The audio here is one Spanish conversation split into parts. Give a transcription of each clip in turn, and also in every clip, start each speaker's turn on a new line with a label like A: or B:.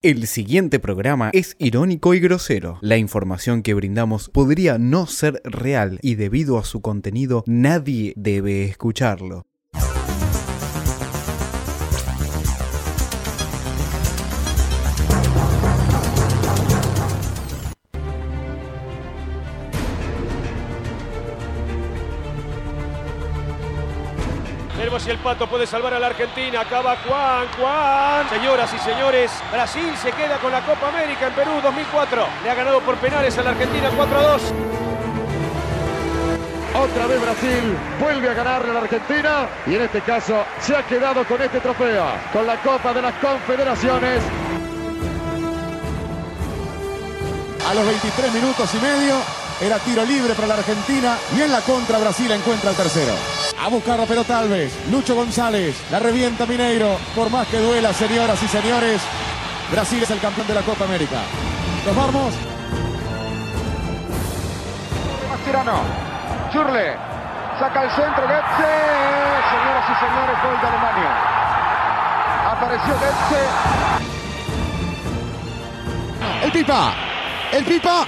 A: El siguiente programa es irónico y grosero. La información que brindamos podría no ser real y debido a su contenido nadie debe escucharlo.
B: Veremos si el pato puede salvar a la Argentina. Acaba Juan, Juan. Señoras y señores, Brasil se queda con la Copa América en Perú 2004. Le ha ganado por penales a la Argentina 4 a 2.
C: Otra vez Brasil vuelve a ganarle a la Argentina y en este caso se ha quedado con este trofeo, con la Copa de las Confederaciones.
D: A los 23 minutos y medio era tiro libre para la Argentina y en la contra Brasil encuentra el tercero. A buscarla pero tal vez. Lucho González la revienta Mineiro. Por más que duela, señoras y señores, Brasil es el campeón de la Copa América. Nos vamos.
C: Mascherano, Churle, saca el centro, Goetze. Señoras y señores, gol de Alemania. Apareció Goetze.
D: El Pipa, el Pipa.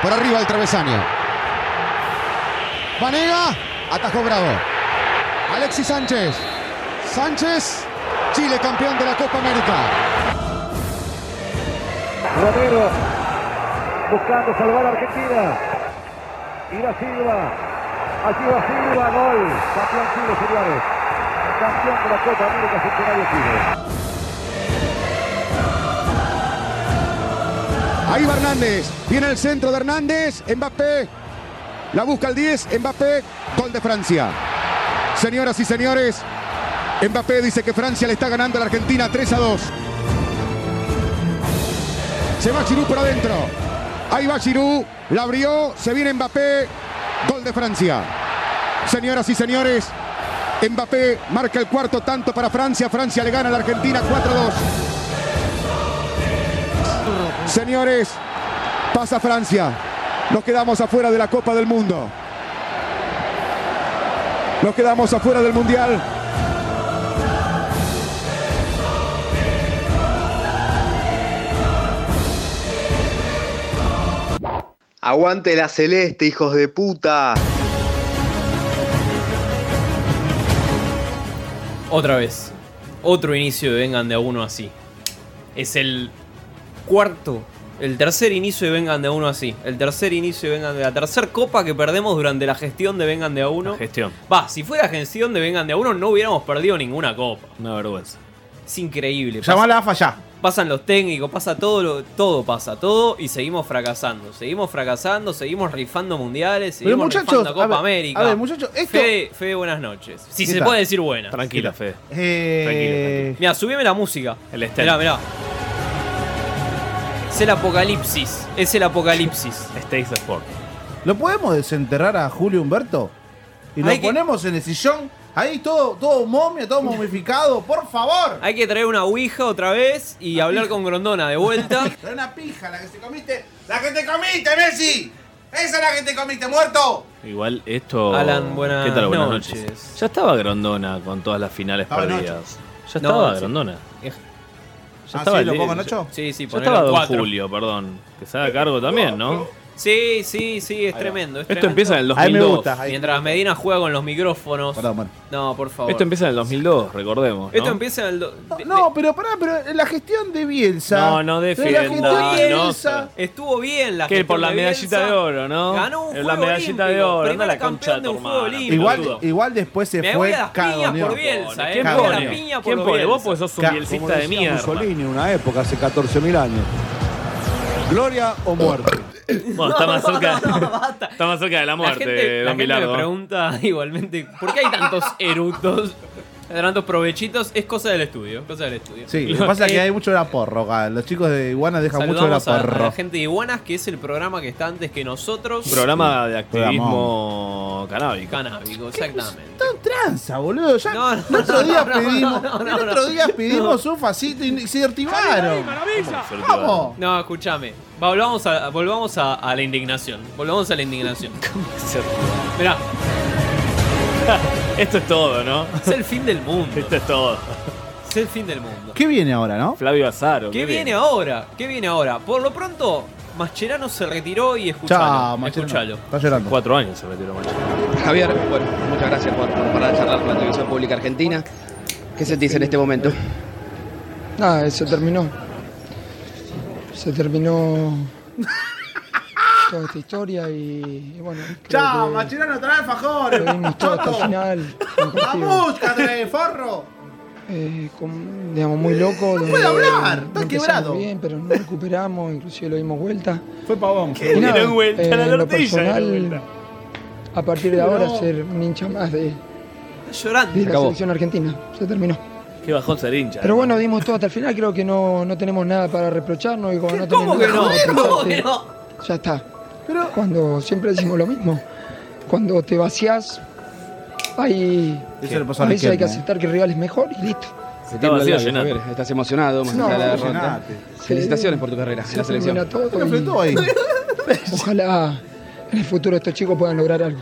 D: Por arriba el travesaño. Vanega, atajó Bravo. Alexis Sánchez. Sánchez, Chile campeón de la Copa América.
C: Romero buscando salvar a Argentina. Irá Silva. Allí va Silva, gol. Campeón Chile, señores. Campeón de la Copa América, centenario Chile.
D: Ahí va Hernández. Viene el centro de Hernández. Mbappé. La busca el 10, Mbappé, gol de Francia. Señoras y señores, Mbappé dice que Francia le está ganando a la Argentina 3 a 2. Se va Giroud por adentro. Ahí va Giroud, la abrió, se viene Mbappé, gol de Francia. Señoras y señores, Mbappé marca el cuarto tanto para Francia. Francia le gana a la Argentina 4 a 2. Señores, pasa Francia. Nos quedamos afuera de la Copa del Mundo. Nos quedamos afuera del Mundial.
E: Aguante la celeste, hijos de puta.
F: Otra vez. Otro inicio de Vengan de a uno así. Es el cuarto el tercer inicio y vengan de a uno así. El tercer inicio y vengan de la tercer copa que perdemos durante la gestión de vengan de a uno. La
G: gestión.
F: Va, si fuera gestión de vengan de a uno no hubiéramos perdido ninguna copa.
G: Una vergüenza.
F: Es increíble.
G: Llamala a falla.
F: Pasan los técnicos, pasa todo, lo, todo pasa, todo y seguimos fracasando. Seguimos fracasando, seguimos rifando mundiales, seguimos
G: Pero muchachos,
F: rifando Copa
G: a ver,
F: América.
G: a ver, muchachos, esto-
F: Fede, Fede, buenas noches. Si
G: ¿Qué
F: se
G: tal?
F: puede decir buenas.
G: Tranquila, Fede.
F: Tranquilo,
G: Eh,
F: Mira, subime la música.
G: El estéreo.
F: Mirá, mirá. Es el apocalipsis. Es el apocalipsis.
G: Stays Sport.
D: ¿Lo podemos desenterrar a Julio Humberto? Y lo
F: Hay que-
D: ponemos en el sillón. Ahí todo, todo momia, todo momificado, por favor.
F: Hay que traer una ouija otra vez y hablar con Grondona de vuelta.
D: Era una pija la que se comiste. ¡La que te comiste, Messi! ¡Esa es la que te comiste, muerto!
G: Igual esto.
F: Alan, buenas
G: ¿Qué tal? Buenas
F: noches.
G: noches. Ya estaba Grondona con todas las finales
D: Estaba
G: perdidas. Ya
F: No,
G: estaba
F: sí.
G: Grondona.
F: Eh,
G: Ya
D: Ah,
G: estaba
D: sí,
G: el
D: ¿lo
G: de-
D: pongo, Nacho?
F: Sí, sí,
G: Ya
F: ponelo
G: estaba
F: en
G: Don
F: cuatro.
G: Julio, perdón. Que se haga cargo también, ¿no?
F: Sí, sí, sí, es tremendo. es
G: Esto
F: tremendo.
G: empieza en el 2002.
D: Ahí me gusta. Ahí.
F: Mientras Medina juega con los micrófonos.
D: Perdón, bueno.
F: No, por favor.
G: Esto empieza en el 2002, recordemos. ¿no?
F: Esto empieza en el. do-
D: No,
F: de-
D: No, pero pará, pero la gestión de Bielsa.
G: No, no defienda,
D: La gestión de
G: no.
D: Bielsa.
F: de- Estuvo bien la
G: Que
F: gestión
G: por la
F: de
G: medallita
F: Bielsa.
G: de oro, ¿no?
F: Ganó un
G: La
F: juego
G: medallita de
F: olímpico,
G: oro, anda
F: primer
G: la concha de
F: campeón
G: tu
F: de un juego
G: hermana,
F: olímpico.
D: Igual,
G: pelotudo.
D: igual después se
F: Me voy
D: fue
F: a las piñas
D: cagoneado.
F: por Bielsa, eh.
G: ¿Quién
F: Me voy a las
G: pone?
F: piñas por
G: ¿Quién pone?
F: Bielsa.
G: Vos porque sos un
D: Ca-
G: bielcista de mierda.
H: una época, hace 14.000 años. Gloria o muerte.
G: Bueno, está más cerca,
F: No, no, basta.
G: está más cerca de la
F: la
G: muerte,
F: gente, la
G: Don
F: gente me
G: Bilardo.
F: pregunta igualmente, ¿por qué hay tantos eructos? Tantos provechitos, es cosa del estudio, cosa del estudio.
D: Sí, lo que pasa es que
F: Eh,
D: hay mucho de la porro acá. Los chicos de Iguana dejan mucho de la
F: Saludamos a, a
D: porro.
F: la gente de Iguanas, que es el programa que está antes que nosotros.
G: Programa de activismo canábico.
F: Canábico, exactamente.
D: Tan tranza, boludo. Ya
F: No, no,
D: el otro día
F: no, no,
D: pedimos,
F: no, no,
D: el
F: no.
D: otro día pedimos un facito y se activaron.
G: Suerte,
D: Vamos.
F: No, escúchame. Va, Volvamos, a, volvamos a, a la indignación. Volvamos a la indignación. Mirá,
G: Esto es todo, ¿no?
F: es el fin del mundo.
G: Esto es todo.
F: Es Es el fin del mundo.
I: ¿Qué viene ahora, no?
G: Flavio Azaro.
F: ¿Qué viene ahora? ¿Qué viene ahora? Por lo pronto, Mascherano se retiró y escuchalo.
I: Chao, Machado.
F: escuchalo.
I: Está llorando.
G: Cuatro años se retiró Machado.
J: Javier, bueno, muchas gracias por, por parar de charlar con la televisión pública argentina. ¿Qué sentís en este momento?
K: Nada, Ah, se terminó. Se terminó toda esta historia y, y bueno. creo
I: Chao,
K: que
I: Machirano, trae alfajores.
K: Lo dimos todo hasta el
I: Toto.
K: final. como objetivo.
I: ¡Vamos, cadre, forro!
K: Eh, con- digamos, muy loco.
I: No
K: donde
I: puede hablar, está
K: empezamos
I: quebrado.
K: Bien, pero no recuperamos, inclusive lo dimos vuelta.
I: Fue pavón.
K: Y nada,
G: dieron vuelta
K: eh,
G: a la
K: en lo
G: tortilla, dieron
K: personal,
G: vuelta.
K: a partir de ahora,
I: No.
K: ser un hincha más de,
F: Está llorando.
K: de la selección argentina. Se terminó.
G: Qué bajón ser hincha.
K: Pero bueno, dimos todo hasta el final. Creo que no, no tenemos nada para reprocharnos. Y como no
F: ¿Cómo
K: tenés
F: que
K: nada
F: no?
K: para
F: ¿Cómo
K: reprocharte,
F: que no?
K: Ya está. Cuando siempre decimos lo mismo. Cuando te vacías, hay.
I: Eso le pasó
K: A
I: a
K: veces hay que
I: Riquelme. ¿eh?
K: aceptar que el rival es mejor y listo.
G: Está vacío llenando.
J: Javier, estás emocionado, más
K: No,
J: allá de la
I: Impresionante.
J: derrota. Felicitaciones por tu carrera en la
K: termina
J: selección.
K: todo
I: Se lo
K: y
I: fletó ahí.
K: Ojalá en el futuro estos chicos puedan lograr algo.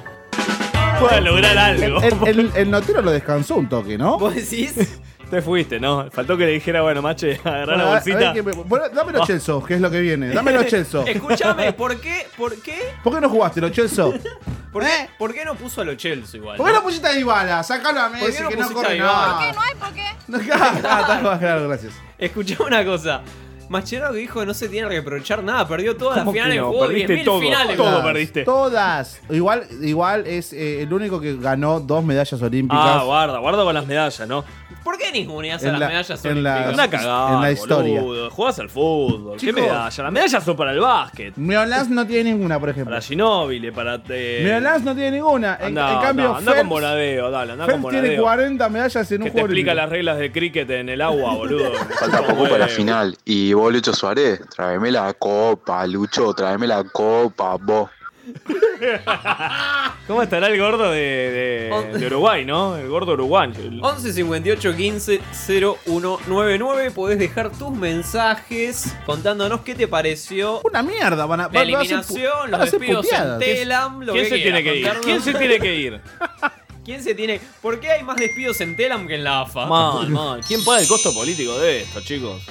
G: Pueda lograr algo.
I: El, el- el notero lo descansó un toque, ¿no?
F: ¿Vos decís?
G: Te fuiste, ¿no? Faltó que le dijera, bueno, mache, agarrá la
I: Bueno, a- a ver
G: bolsita.
I: qué me- bueno, dame
G: Ah,
I: los Chelsea, que es lo que viene. Dame los Chelsea.
F: Escúchame, ¿por qué? ¿Por qué?
I: ¿Por qué no jugaste los Chelsea?
F: ¿Por qué,
J: Eh.
F: por qué no puso a lo Chelsea igual?
I: ¿Por qué no pusiste a Dybala? Sacalo a
F: ¿Por qué
I: Messi,
F: no
I: que no
F: pusiste a
I: corre
F: Dybala?
I: nada.
L: No hay por qué.
I: No, claro, Ah, claro, gracias.
F: Escuchame una cosa. Mascherano que dijo que no se tiene que reprochar nada, perdió todas las
G: ¿Cómo que
F: finales,
G: no?
F: jugó
G: Perdiste
F: 10.000
G: todo,
F: finales.
G: todo.
I: Todas,
G: perdiste.
I: Todas. Igual, igual es eh, el único que ganó dos medallas olímpicas.
G: Ah, guarda, guarda con las medallas, ¿no?
F: ¿Por qué ninguneas a
I: En
F: las
I: la-
F: medallas
I: en la-
F: olímpicas?
G: Una cagada.
I: en la historia.
G: boludo. Jugás al fútbol.
I: Chicos.
G: ¿Qué medalla? Las medallas son para el básquet.
I: Miolas no tiene ninguna, por ejemplo.
G: Para Ginóbili, para. eh, Te...
I: Miolas no tiene ninguna. En,
G: Anda,
I: en cambio,
G: anda, anda con
I: Phelps-
G: Bonadeo, dale, anda con
I: Phelps tiene
G: Bonadeo.
I: 40 medallas en
G: Que
I: un
G: te
I: juego
G: explica
I: olímpico.
G: las reglas de cricket en el agua, boludo.
E: Falta poco para la final. Y vos, Lucho Suárez, tráeme la copa, Lucho, tráeme la copa, vos.
G: ¿Cómo estará el gordo de,
F: Oh.
G: de- de Uruguay, no? El gordo uruguayo. El-
F: 11 58 15 0199 Podés dejar tus mensajes contándonos qué te pareció
I: Una mierda. Van
F: la
I: a, van a hacer pu-
F: eliminación,
I: van
F: los
I: a hacer
F: despidos en
I: puteadas.
F: Telam. lo
G: ¿Quién
F: que
G: se
F: quieras,
G: tiene que ir?
F: contarnos.
G: ¿Quién se tiene que ir?
F: ¿Quién se tiene? ¿Por qué hay más despidos en Telam que en la AFA?
G: Mal, mal. ¿Quién paga el costo político de esto, chicos?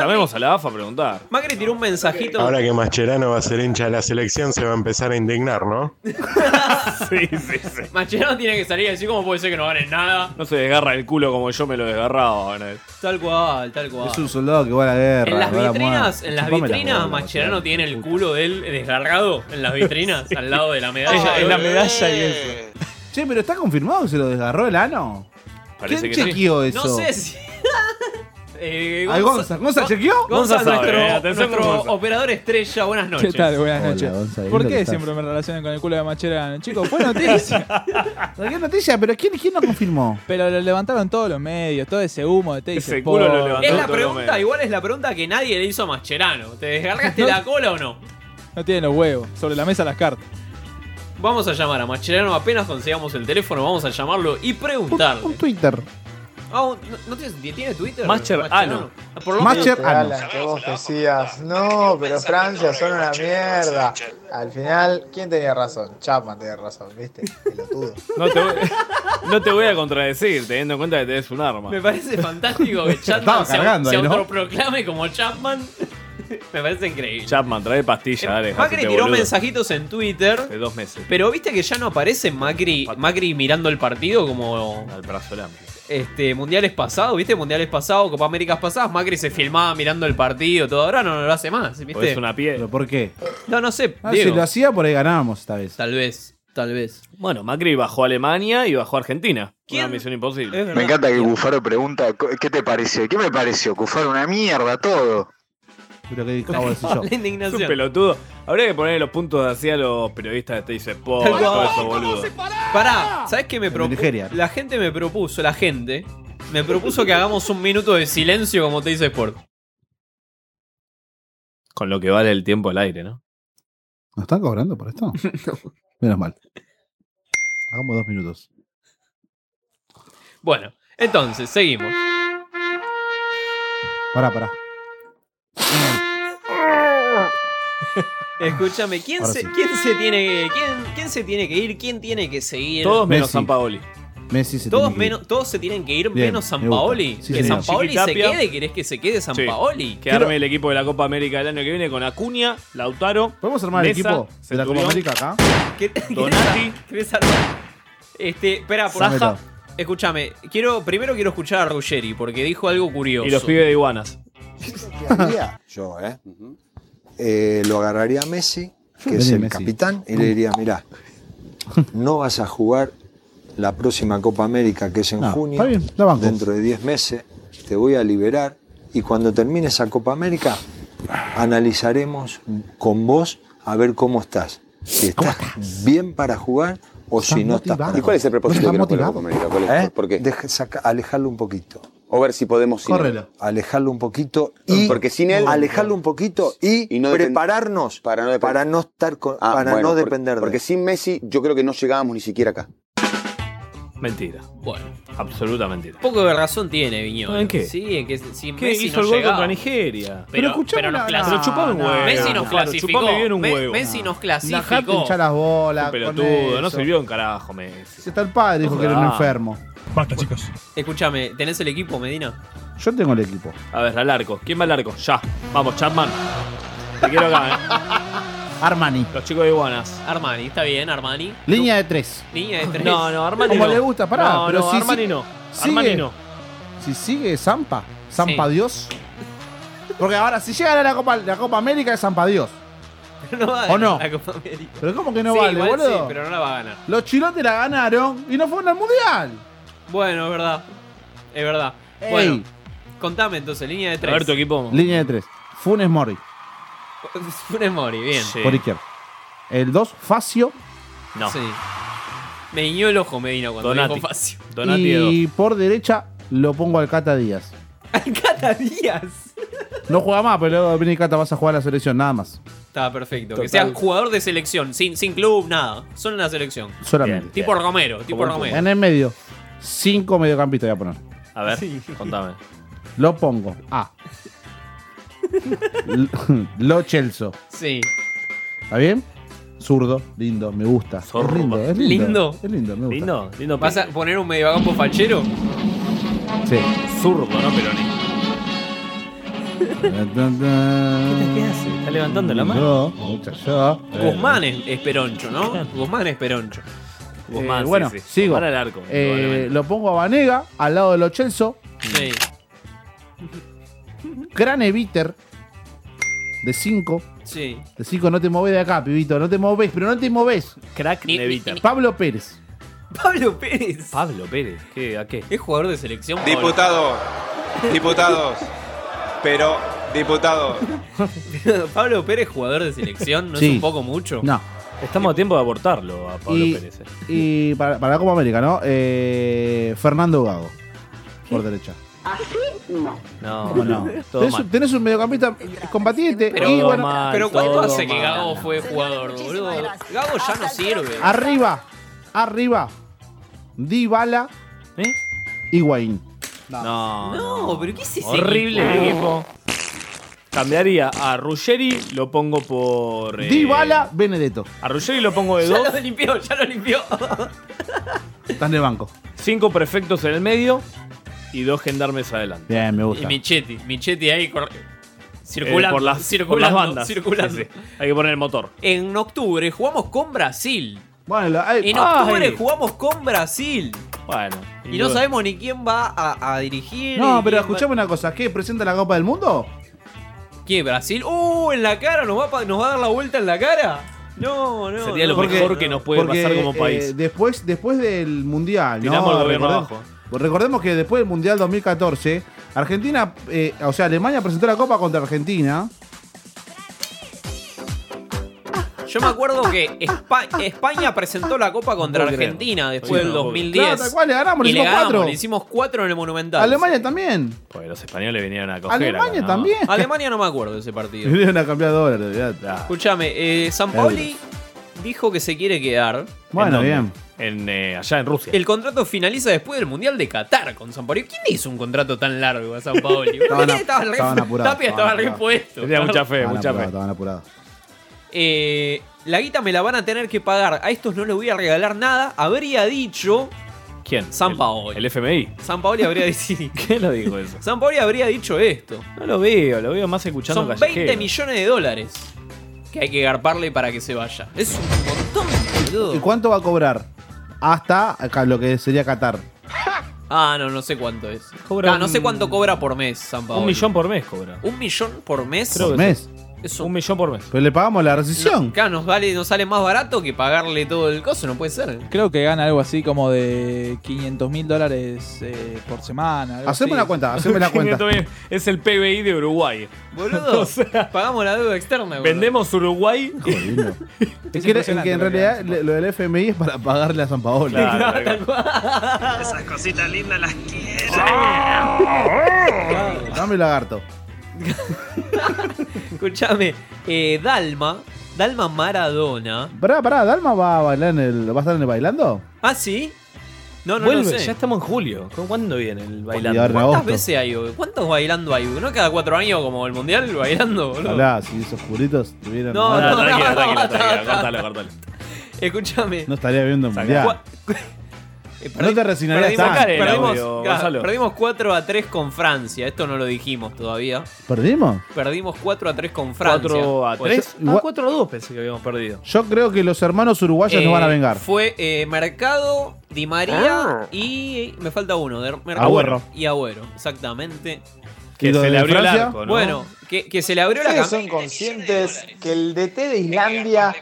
G: Llamemos a la AFA a preguntar.
F: Macri tiró un mensajito.
M: que Mascherano va a ser hincha de la selección, se va a empezar a indignar, ¿no?
G: Sí, sí, sí.
F: Mascherano tiene que salir y decir cómo puede ser que no ganen nada.
G: No se desgarra el culo como yo me lo desgarraba. ¿no?
F: Tal cual, tal cual.
I: Es un soldado que va a la guerra.
F: En las
I: va a la
F: vitrinas,
I: muerte.
F: en las
I: Chupame la
F: vitrinas,
I: bola,
F: Mascherano
I: Mascherano.
F: tiene el culo de él desgarrado en las vitrinas, al lado de la medalla.
G: Es la Eh. medalla y eso.
I: Che, pero está confirmado que se lo desgarró el ano.
G: Parece
I: ¿Quién
G: que sí.
I: chequeó eso?
F: No sé si. Eh,
I: ¿Al Gonza? ¿Gonza chequeó?
F: Gonza,
G: Gonza sabe,
F: nuestro,
G: eh, atención
F: nuestro
G: con Gonza.
F: operador estrella, buenas noches.
L: Buenas
I: Hola, Gonza,
L: ¿Por
I: lindo que
L: qué
I: estás.
L: siempre me relacionan con el culo de Macherano? Chicos, fue noticia.
I: ¿Qué noticia? ¿Pero quién, quién lo confirmó?
L: Pero lo levantaron todos los medios, todo ese humo de Tate.
G: Ese culo lo levantó.
F: Es la
G: Todo
F: pregunta,
G: medio.
F: igual es la pregunta que nadie le hizo a Mascherano. ¿Te desgarraste
L: No.
F: la cola o no?
L: No tienen los huevos. Sobre la mesa las cartas.
F: Vamos a llamar a Mascherano apenas consigamos el teléfono, vamos a llamarlo y preguntarle.
I: Un Twitter.
F: Ah, un- no, no tiene, tiene Twitter?
G: Mascher-
F: Mascherano. Ah, Por lo menos-
I: Mascher ano.
K: que vos decías, no, pero Francia son una mierda. Al final, ¿quién tenía razón? Chapman tenía razón, ¿viste? Pelotudo.
G: No te, voy, no te voy a contradecir, teniendo en cuenta que tenés un arma.
F: Me parece fantástico que Chapman
I: Estaba
F: se,
I: cargando
F: se
I: ahí, ¿no?
F: autoproclame como Chapman. Me parece increíble.
G: Chapman, trae pastillas, dale.
F: Macri
G: hacete
F: tiró
G: boludo.
F: mensajitos en Twitter,
G: De dos meses.
F: pero viste que ya no aparece Macri, Macri mirando el partido como
G: Al brazo del hambre.
F: este mundiales pasados, viste mundiales pasados, Copa Américas pasadas, Macri se filmaba mirando el partido, todo ahora no, no lo hace más,
G: Porque
F: viste.
G: Pues es una piel.
I: ¿Pero por qué?
F: No, no sé,
I: Ah,
F: Diego.
I: si lo hacía, por ahí ganábamos esta vez.
F: tal vez, tal vez.
G: Bueno, Macri bajó a Alemania y bajó a Argentina.
F: ¿Quién?
G: Una misión imposible.
F: Es verdad.
E: Me encanta que Cufaro pregunta, "Co- ¿qué te pareció? ¿Qué me pareció? Cufaro, una mierda, todo.
I: Pero que acabo de decir Ah, yo.
F: La
G: Es un
F: indignación.
G: pelotudo. Habría que ponerle los puntos así a los periodistas de Tays Sport.
F: Tal
G: Todo
F: cual.
G: eso, boludo.
F: Pará, ¿sabes qué me
I: En
F: propuso?
I: Nigeria.
F: La gente me propuso, la gente me propuso que hagamos un minuto de silencio como te dice Sport.
G: Con lo que vale el tiempo al aire, ¿no?
I: ¿Nos están cobrando por esto? Menos mal. Hagamos dos minutos.
F: Bueno, entonces, seguimos.
I: Pará, pará.
F: Escúchame, ¿quién
I: Ahora
F: se,
I: sí.
F: ¿quién se tiene que quién, quién se tiene que ir? ¿Quién tiene que seguir?
G: Todos menos
I: Messi.
G: San Paoli.
I: Messi se
F: Todos,
I: tiene que ir.
F: menos, todos se tienen que ir
I: Bien,
F: menos San
I: me gusta.
F: Paoli.
I: Sí,
F: que
I: señor.
F: San Paoli se
G: Chiquitapia.
F: quede, querés que se quede San
G: Sí.
F: Paoli.
G: Que arme el equipo de la Copa América del año que viene con Acuña, Lautaro.
I: ¿Podemos armar el
G: Mesa,
I: equipo de la Copa
G: Centurión,
I: América acá?
G: Donati.
F: ¿Querés armar? Este, espera, por
G: Saja.
F: Saja. Escúchame, quiero, primero quiero escuchar a Ruggeri porque dijo algo curioso.
G: Y los pibes de Iguanas.
N: Yo, ¿eh? Eh, lo agarraría a Messi, que
I: Vení,
N: es el
I: Messi.
N: capitán, y le diría, mirá, no vas a jugar la próxima Copa América, que es en
I: No,
N: junio,
I: está bien, la banco.
N: dentro de 10 meses, te voy a liberar, y cuando termine esa Copa América, analizaremos con vos a ver cómo estás. Si estás, bien para jugar o si no estás. ¿Eh?
D: motivado. ¿Y cuál es el propósito No estás de que no juegue motivado. Copa América? ¿Cuál es?
N: ¿Por qué? alejarlo un poquito.
D: O ver si podemos ir.
N: Córrelo. Alejarlo un poquito y
D: Porque sin él.
N: alejarlo un poquito y,
D: no depend-
N: prepararnos para no, estar con-
D: Ah,
N: para
D: bueno,
N: no
D: porque-
N: depender
D: Porque
N: de
D: sin Messi, yo creo que no llegábamos ni siquiera acá.
G: Mentira.
F: Bueno.
G: Absoluta mentira.
F: Poco de razón tiene Viñola.
G: ¿En qué?
F: Sí, en que si
G: ¿Qué?
F: Messi
G: hizo
F: no
G: el gol
F: llegaba.
G: contra Nigeria.
F: Pero, pero nos clasificó.
G: Pero chupame un huevo.
F: Messi nos
G: Claro,
F: clasificó.
G: chupame bien un
F: Me-
G: huevo.
F: Messi nos
I: Dejate
F: clasificó.
I: hinchar las bolas.
G: Un
I: con
G: pelotudo, no
I: eso.
G: sirvió un carajo, Messi.
I: Si está el padre, dijo que era un
G: Ah.
I: enfermo.
G: Basta, chicos.
F: Escúchame, ¿tenés el equipo, Medina?
I: Yo tengo el equipo.
G: A ver, al arco. ¿Quién va al arco? Ya. Vamos, Chapman. Te quiero acá, ¿eh?
I: Armani.
G: Los chicos de Iguanas.
F: Armani, está bien, Armani.
I: Línea de tres.
F: Línea de tres.
G: No, no, Armani
I: Como
G: no.
I: le gusta, pará.
G: No,
I: pero
G: no,
I: si,
G: Armani
I: si-
G: no.
I: sigue-
G: Armani no.
I: Si sigue Zampa. Zampa
F: Sí.
I: Dios. Porque ahora, si llegan a la Copa, la Copa América, es Zampa Dios.
F: No va a
I: ¿O no?
F: ganar la Copa América.
I: Pero ¿cómo que no
F: Sí,
I: vale,
F: igual
I: boludo?
F: Sí, pero no la va a ganar.
I: Los chilotes la ganaron y no fueron al mundial.
F: Bueno, es verdad. Es verdad.
I: Ey.
F: Bueno, contame entonces, línea de tres.
G: equipo.
I: Línea de tres. Funes Mori,
F: Funes Mori, bien.
I: por izquierda. El dos, Facio.
G: No.
F: Sí. Me guiñó el ojo Medina cuando
G: Donati.
F: dijo Facio.
I: y por derecha lo pongo al Cata Díaz.
F: Cata Díaz.
I: No juega más, pero luego vení Cata, vas a jugar a la selección, nada más.
F: Está perfecto. Que
I: Total.
F: sea jugador de selección, sin, sin club, nada. Solo en la selección.
I: Solamente.
F: Tipo Romero, tipo Romero.
I: En el medio, cinco mediocampistas voy a poner.
G: A ver, contame.
I: Lo pongo a. Lo Chelso.
F: Sí.
I: ¿Está bien? Zurdo, lindo, me gusta. Es lindo, es lindo.
F: Lindo.
I: Es lindo, me gusta.
G: Lindo, lindo.
F: ¿Vas a poner un mediocampo fachero?
I: Sí.
G: Zurdo, no Peroni.
I: ¿Qué
G: hace? ¿Está levantando la mano?
I: Yo, mucha yo.
F: Guzmán es, es peroncho, ¿no? Guzmán es peroncho.
I: Eh, bueno, sigo.
G: Para el arco.
I: Eh, lo pongo a Vanega al lado de Lo Chelso.
F: Sí.
I: Craneviter de 5.
F: Sí.
I: De 5 no te moves de acá, pibito. No te moves, pero no te moves.
G: Crack Neviter.
I: Pablo Pérez.
F: Pablo Pérez.
G: Pablo Pérez, ¿qué? ¿A qué?
F: Es jugador de selección. Pablo.
L: Diputados, diputados, pero diputados.
F: Pablo Pérez, jugador de selección, ¿no
I: Sí.
F: es un poco mucho?
I: No.
G: Estamos a tiempo de abortarlo a Pablo
I: y
G: Pérez. eh.
I: y para, para la Copa América, ¿no? Eh, Fernando Gago. Por derecha.
G: No,
I: ¿Cómo no? Tenés, un- tenés un mediocampista combatiente.
F: Pero,
I: y bueno,
F: pero ¿cuánto hace que Gago fue jugador, boludo? Gago ya no sirve.
I: Arriba, arriba. Dybala
G: ¿Eh?
I: Higuaín.
G: No.
F: No, pero ¿qué es ese
G: Horrible el
F: equipo?
G: equipo. Cambiaría a Ruggeri, lo pongo por. eh,
I: Dybala, Benedetto.
G: A Ruggeri lo pongo de
F: Ya
G: dos.
F: lo limpió, ya lo limpió.
I: Estás en el banco.
G: Cinco prefectos en el medio y dos gendarmes adelante.
I: Bien, me
F: Y
I: gusta.
F: Michetti, Michetti ahí cor- circulando,
G: Circular por las, por las
F: circulando,
G: bandas.
F: circulando.
G: Sí, sí. Hay que poner el motor.
F: En octubre jugamos con Brasil.
I: Bueno, lo- ay,
F: En
I: ay.
F: octubre jugamos con Brasil.
G: Bueno.
F: Y no sabemos ni quién va a, a dirigir.
I: No,
F: ni quién
I: pero
F: va-
I: escuchame una cosa. ¿Qué? ¿Presenta la Copa del Mundo?
F: ¿Qué? ¿Brasil? ¡Uh! ¿En la cara? ¿Nos va, a pa- nos va a dar la vuelta en la cara? No, no.
G: Sería lo
F: no.
G: mejor que nos puede
I: Porque,
G: pasar como
I: eh,
G: país.
I: después, después del Mundial,
G: Tiramos
I: ¿no?
G: el gobierno
I: Recordemos- Recordemos que después del Mundial 2014, Argentina, eh, o sea, Alemania presentó la Copa contra Argentina.
F: Yo me acuerdo que Espa- España, presentó la Copa contra
I: No puedo creer.
F: Argentina después del
I: Sí, no puedo
F: 2010.
I: creer. Claro, tal cual, le ganamos, le
F: Y
I: hicimos cuatro.
F: Le hicimos cuatro en el Monumental.
I: Alemania también.
G: Porque los españoles vinieron a coger.
I: Alemania
G: acá, ¿no?
I: también.
F: Alemania no me acuerdo de ese partido.
I: Vinieron a cambiar dólares. olvidate.
F: Escúchame, eh, San Pauli dijo que se quiere quedar.
I: Bueno,
G: ¿En dónde?
I: bien.
G: En, eh, allá en Rusia.
F: El contrato finaliza después del Mundial de Qatar con San Paoli. ¿Quién le hizo un contrato tan largo a San Paoli?
I: Estaban a-
F: Estaba re-
I: estaban apurados,
F: Tapia
I: estaban
F: estaba
I: apurados.
F: repuesto.
I: Tenía mucha
G: fe,
I: Estaban
G: mucha
I: apurados,
G: fe.
I: Estaban apurados.
F: Eh, la guita me la van a tener que pagar. A estos no les voy a regalar nada. Habría dicho
G: ¿Quién?
F: San Paoli.
G: El FMI.
F: San Paoli habría dicho.
G: ¿Quién lo dijo eso?
F: San Paoli habría dicho esto.
G: No lo veo, lo veo más escuchando
F: Son 20
G: callejero.
F: millones de dólares que hay que garparle para que se vaya. Es un montón, boludo.
I: ¿Y cuánto va a cobrar? Hasta acá, lo que sería Qatar.
F: Ah, no, no sé cuánto es. Ah, no sé cuánto cobra por mes, San Paoli.
G: Un millón por mes cobra.
F: ¿Un millón por mes?
I: Por mes.
G: Un millón por mes.
I: Pero le pagamos la rescisión.
F: Acá nos, vale, nos sale más barato que pagarle todo el coso, no puede ser.
L: Creo que gana algo así como de 500 mil dólares eh, por semana. algo
I: Haceme
L: así.
I: la cuenta, haceme la cuenta.
G: 500.000 Es el PBI de Uruguay.
F: Boludo, pagamos la deuda externa, boludo.
G: Vendemos Uruguay.
I: Es que, es que en realidad le- lo del FMI es para pagarle a San Paolo.
O: Esas cositas lindas las quiero.
I: Dame el lagarto.
F: Escuchame, eh, Dalma, Dalma Maradona.
I: Pará, pará, ¿Dalma va a bailar en el. ¿Va a estar en el bailando?
F: Ah, sí. No, no,
G: Vuelve,
F: lo sé.
G: ya estamos en julio. ¿Cu- ¿Cuándo viene el
I: Y
G: bailando?
I: ahora en
F: ¿Cuántas
I: agosto.
F: veces hay? boludo? ¿Cuántos bailando hay? ¿No cada cuatro años como el mundial bailando, boludo?
I: Ojalá, si esos juritos tuvieran.
F: No, no, no,
G: Ah, tranquilo,
F: no,
G: tranquilo,
F: no, no,
G: tranquilo.
F: no.
G: Cortalo, cortalo.
F: Escúchame.
I: no estaría viendo el mundial.
F: eh,
I: No te resignarías
F: perdimos,
I: tanto.
F: perdimos,
G: audio,
F: claro,
G: Gonzalo.
F: perdimos 4 a 3 con Francia. Esto no lo dijimos todavía.
I: ¿Perdimos?
F: Perdimos 4 a 3 con Francia.
G: 4 a
F: Pues-
G: 3. Ah, 4 a 2 pensé que habíamos perdido.
I: Yo creo que los hermanos uruguayos
F: Eh,
I: nos van a vengar.
F: Fue eh, Mercado, Di María y. Me falta uno. de Mercado
I: Agüero.
F: Y Agüero, exactamente.
G: Que
I: ¿Y los
G: se le
I: de
G: abrió el
I: Francia?
G: arco, ¿no?
F: Bueno, que, que se le abrió la
E: ¿Ustedes
F: camiseta.
E: son conscientes que el DT de Islandia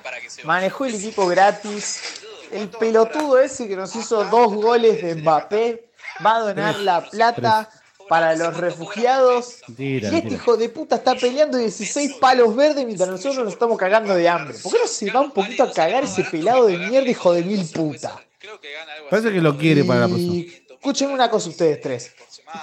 E: manejó el equipo gratis? El pelotudo ese que
I: Ah,
E: nos hizo dos goles de Mbappé va a donar
I: Tres.
E: la plata para los refugiados.
I: Mentira,
E: y este
I: mentira.
E: hijo de puta está peleando 16 palos verdes mientras nosotros nos estamos cagando de hambre. ¿Por qué no se va un poquito a cagar ese pelado de mierda, hijo de mil puta?
I: Parece que lo quiere para la próxima.
E: Y escuchen una cosa ustedes tres.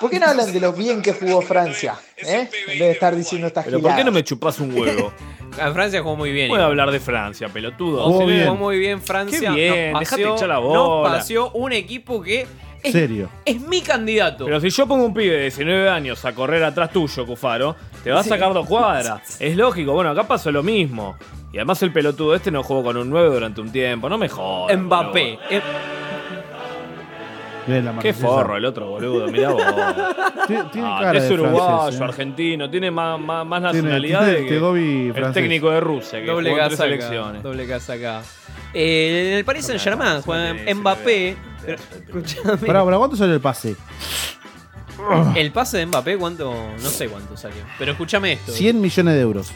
E: ¿Por qué no hablan de lo bien que jugó Francia? ¿Eh? En vez de estar diciendo estas
G: Pero ¿por qué
E: giladas.
G: no me chupás un huevo?
F: Ah, Francia jugó muy bien.
G: Puedo
F: igual.
G: hablar de Francia, pelotudo.
I: Jugó
G: Si no-
I: bien.
F: Jugó muy bien Francia.
G: Qué bien,
F: nos
G: dejate
F: paseó,
G: hinchar la
F: nos
G: bola.
F: paseó un equipo que es,
I: Serio.
F: es mi candidato.
G: Pero si yo pongo un pibe de 19 años a correr atrás tuyo, Cufaro, te va a sacar dos cuadras. Es lógico, bueno, acá pasó lo mismo. Y además el pelotudo este no jugó con un 9 durante un tiempo, no me jodas.
F: Mbappé.
G: boludo.
F: Em-
I: Bien, la
G: Qué
I: Marsella.
G: forro el otro, boludo, mirá vos.
I: Ti- Tiene
G: Ah,
I: cara
G: es
I: de
G: uruguayo,
I: francés, ¿eh?
G: argentino, tiene más, más, más
I: Tiene- este
G: nacionalidades
I: tiene el
G: que
I: Tegobi
G: el
I: francés.
G: técnico de Rusia, que
F: doble
G: jugó
F: gas
G: en tres
F: acá.
G: elecciones.
F: Doble gas acá. Eh, en el Paris Saint Germain juega Mbappé. Pero, escúchame.
I: Pará, pará, ¿cuánto sale el pase?
F: El pase de Mbappé, ¿cuánto? No sé cuánto salió. Pero escúchame esto.
I: 100 millones de euros.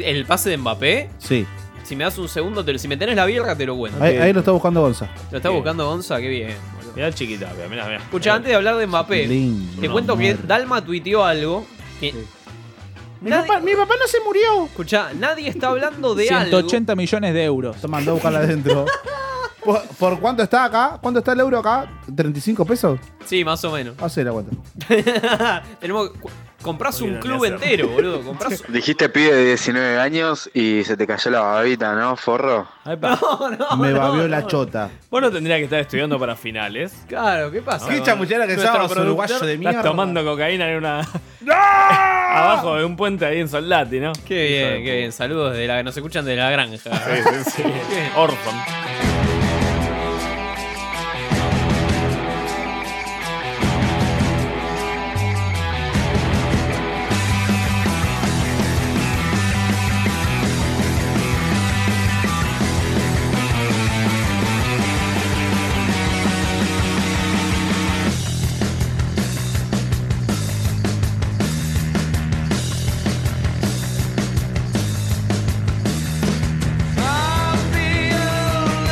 F: El pase de Mbappé,
I: Sí.
F: si me das un segundo, te, lo- si me tenés la birra, te lo cuento.
I: Ahí, ahí lo está buscando Gonza.
F: Lo está buscando Gonza, qué bien. boludo.
G: Mirá el chiquita, mirá, mirá, mirá.
F: Escucha, antes de hablar de Mbappé,
I: Lindo,
F: te cuento que
I: madre.
F: Dalma tuiteó algo. Que
I: Mi papá, mi papá no se murió.
F: Escuchá, nadie está hablando de algo.
L: 180 millones de euros.
I: Te mandó a buscarla adentro. ¿Por, por cuánto está acá? ¿Cuánto está el euro acá? ¿35 pesos?
F: Sí, más o menos.
I: Hace la cuenta.
F: Tenemos que- Comprás un
G: Olvidaron de
F: club
G: hacerlo.
F: entero, boludo. Comprás.
P: Dijiste pibe de 19 años y se te cayó la babita, ¿no, forro?
G: Ahí pa.
I: Me babió la chota.
G: Vos no tendrías que estar estudiando para finales.
F: Claro, ¿qué pasa?
I: Qué chamullera que
G: Nuestro
I: estabas,
G: productor,
I: uruguayo de mierda.
G: Estás tomando cocaína en una. Abajo de un puente ahí en Soldati, ¿no?
F: Qué
G: Hijo de
F: bien, qué bien. Saludos de la. Nos escuchan de la granja.
G: Sí, sí, sí. Orphan.
O: I'm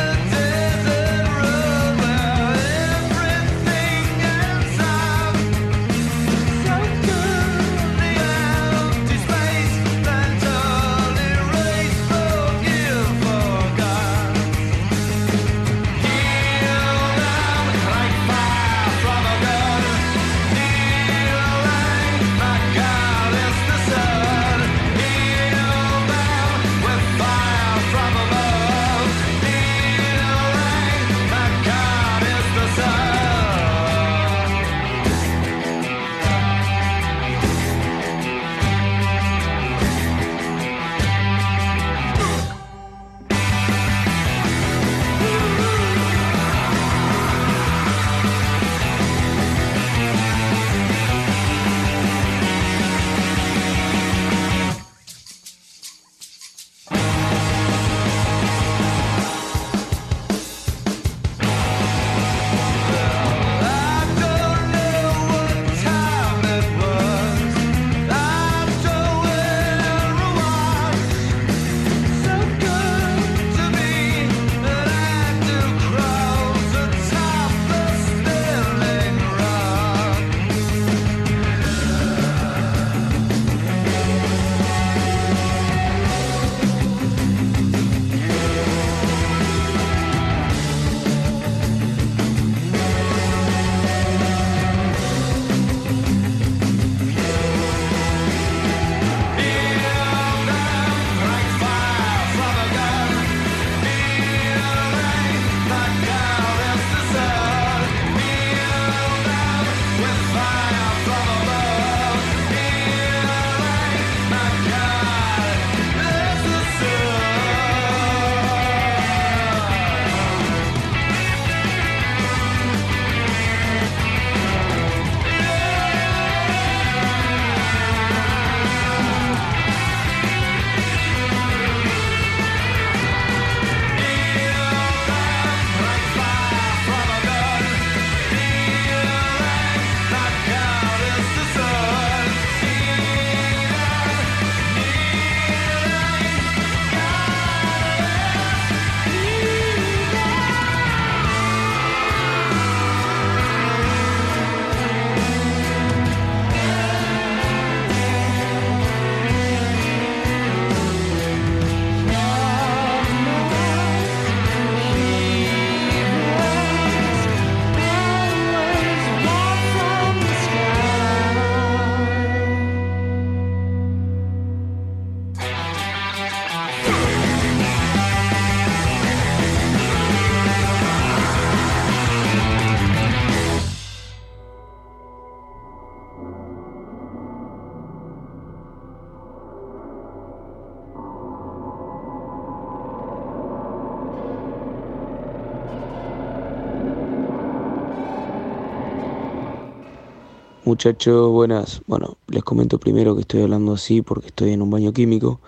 O: the only
Q: Muchachos, buenas. Bueno, les comento primero que estoy hablando así porque estoy en un baño químico.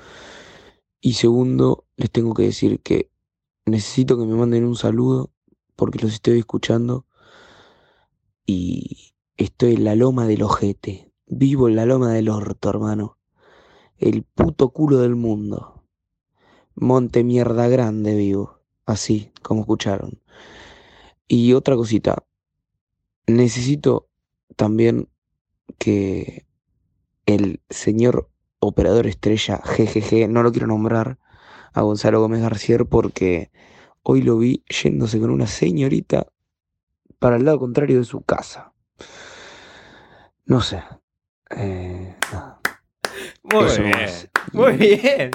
Q: Y segundo, les tengo que decir que necesito que me manden un saludo porque los estoy escuchando. Y estoy en la loma del ojete. Vivo en la loma del orto, hermano. El puto culo del mundo. Monte mierda grande vivo. Así, como escucharon. Y otra cosita. Necesito también que el señor operador estrella GGG, no lo quiero nombrar, a Gonzalo Gómez Garcier porque hoy lo vi yéndose con una señorita para el lado contrario de su casa. No sé. Eh, nada.
F: Muy
Q: Eso
F: bien.
Q: es.
F: Muy bien.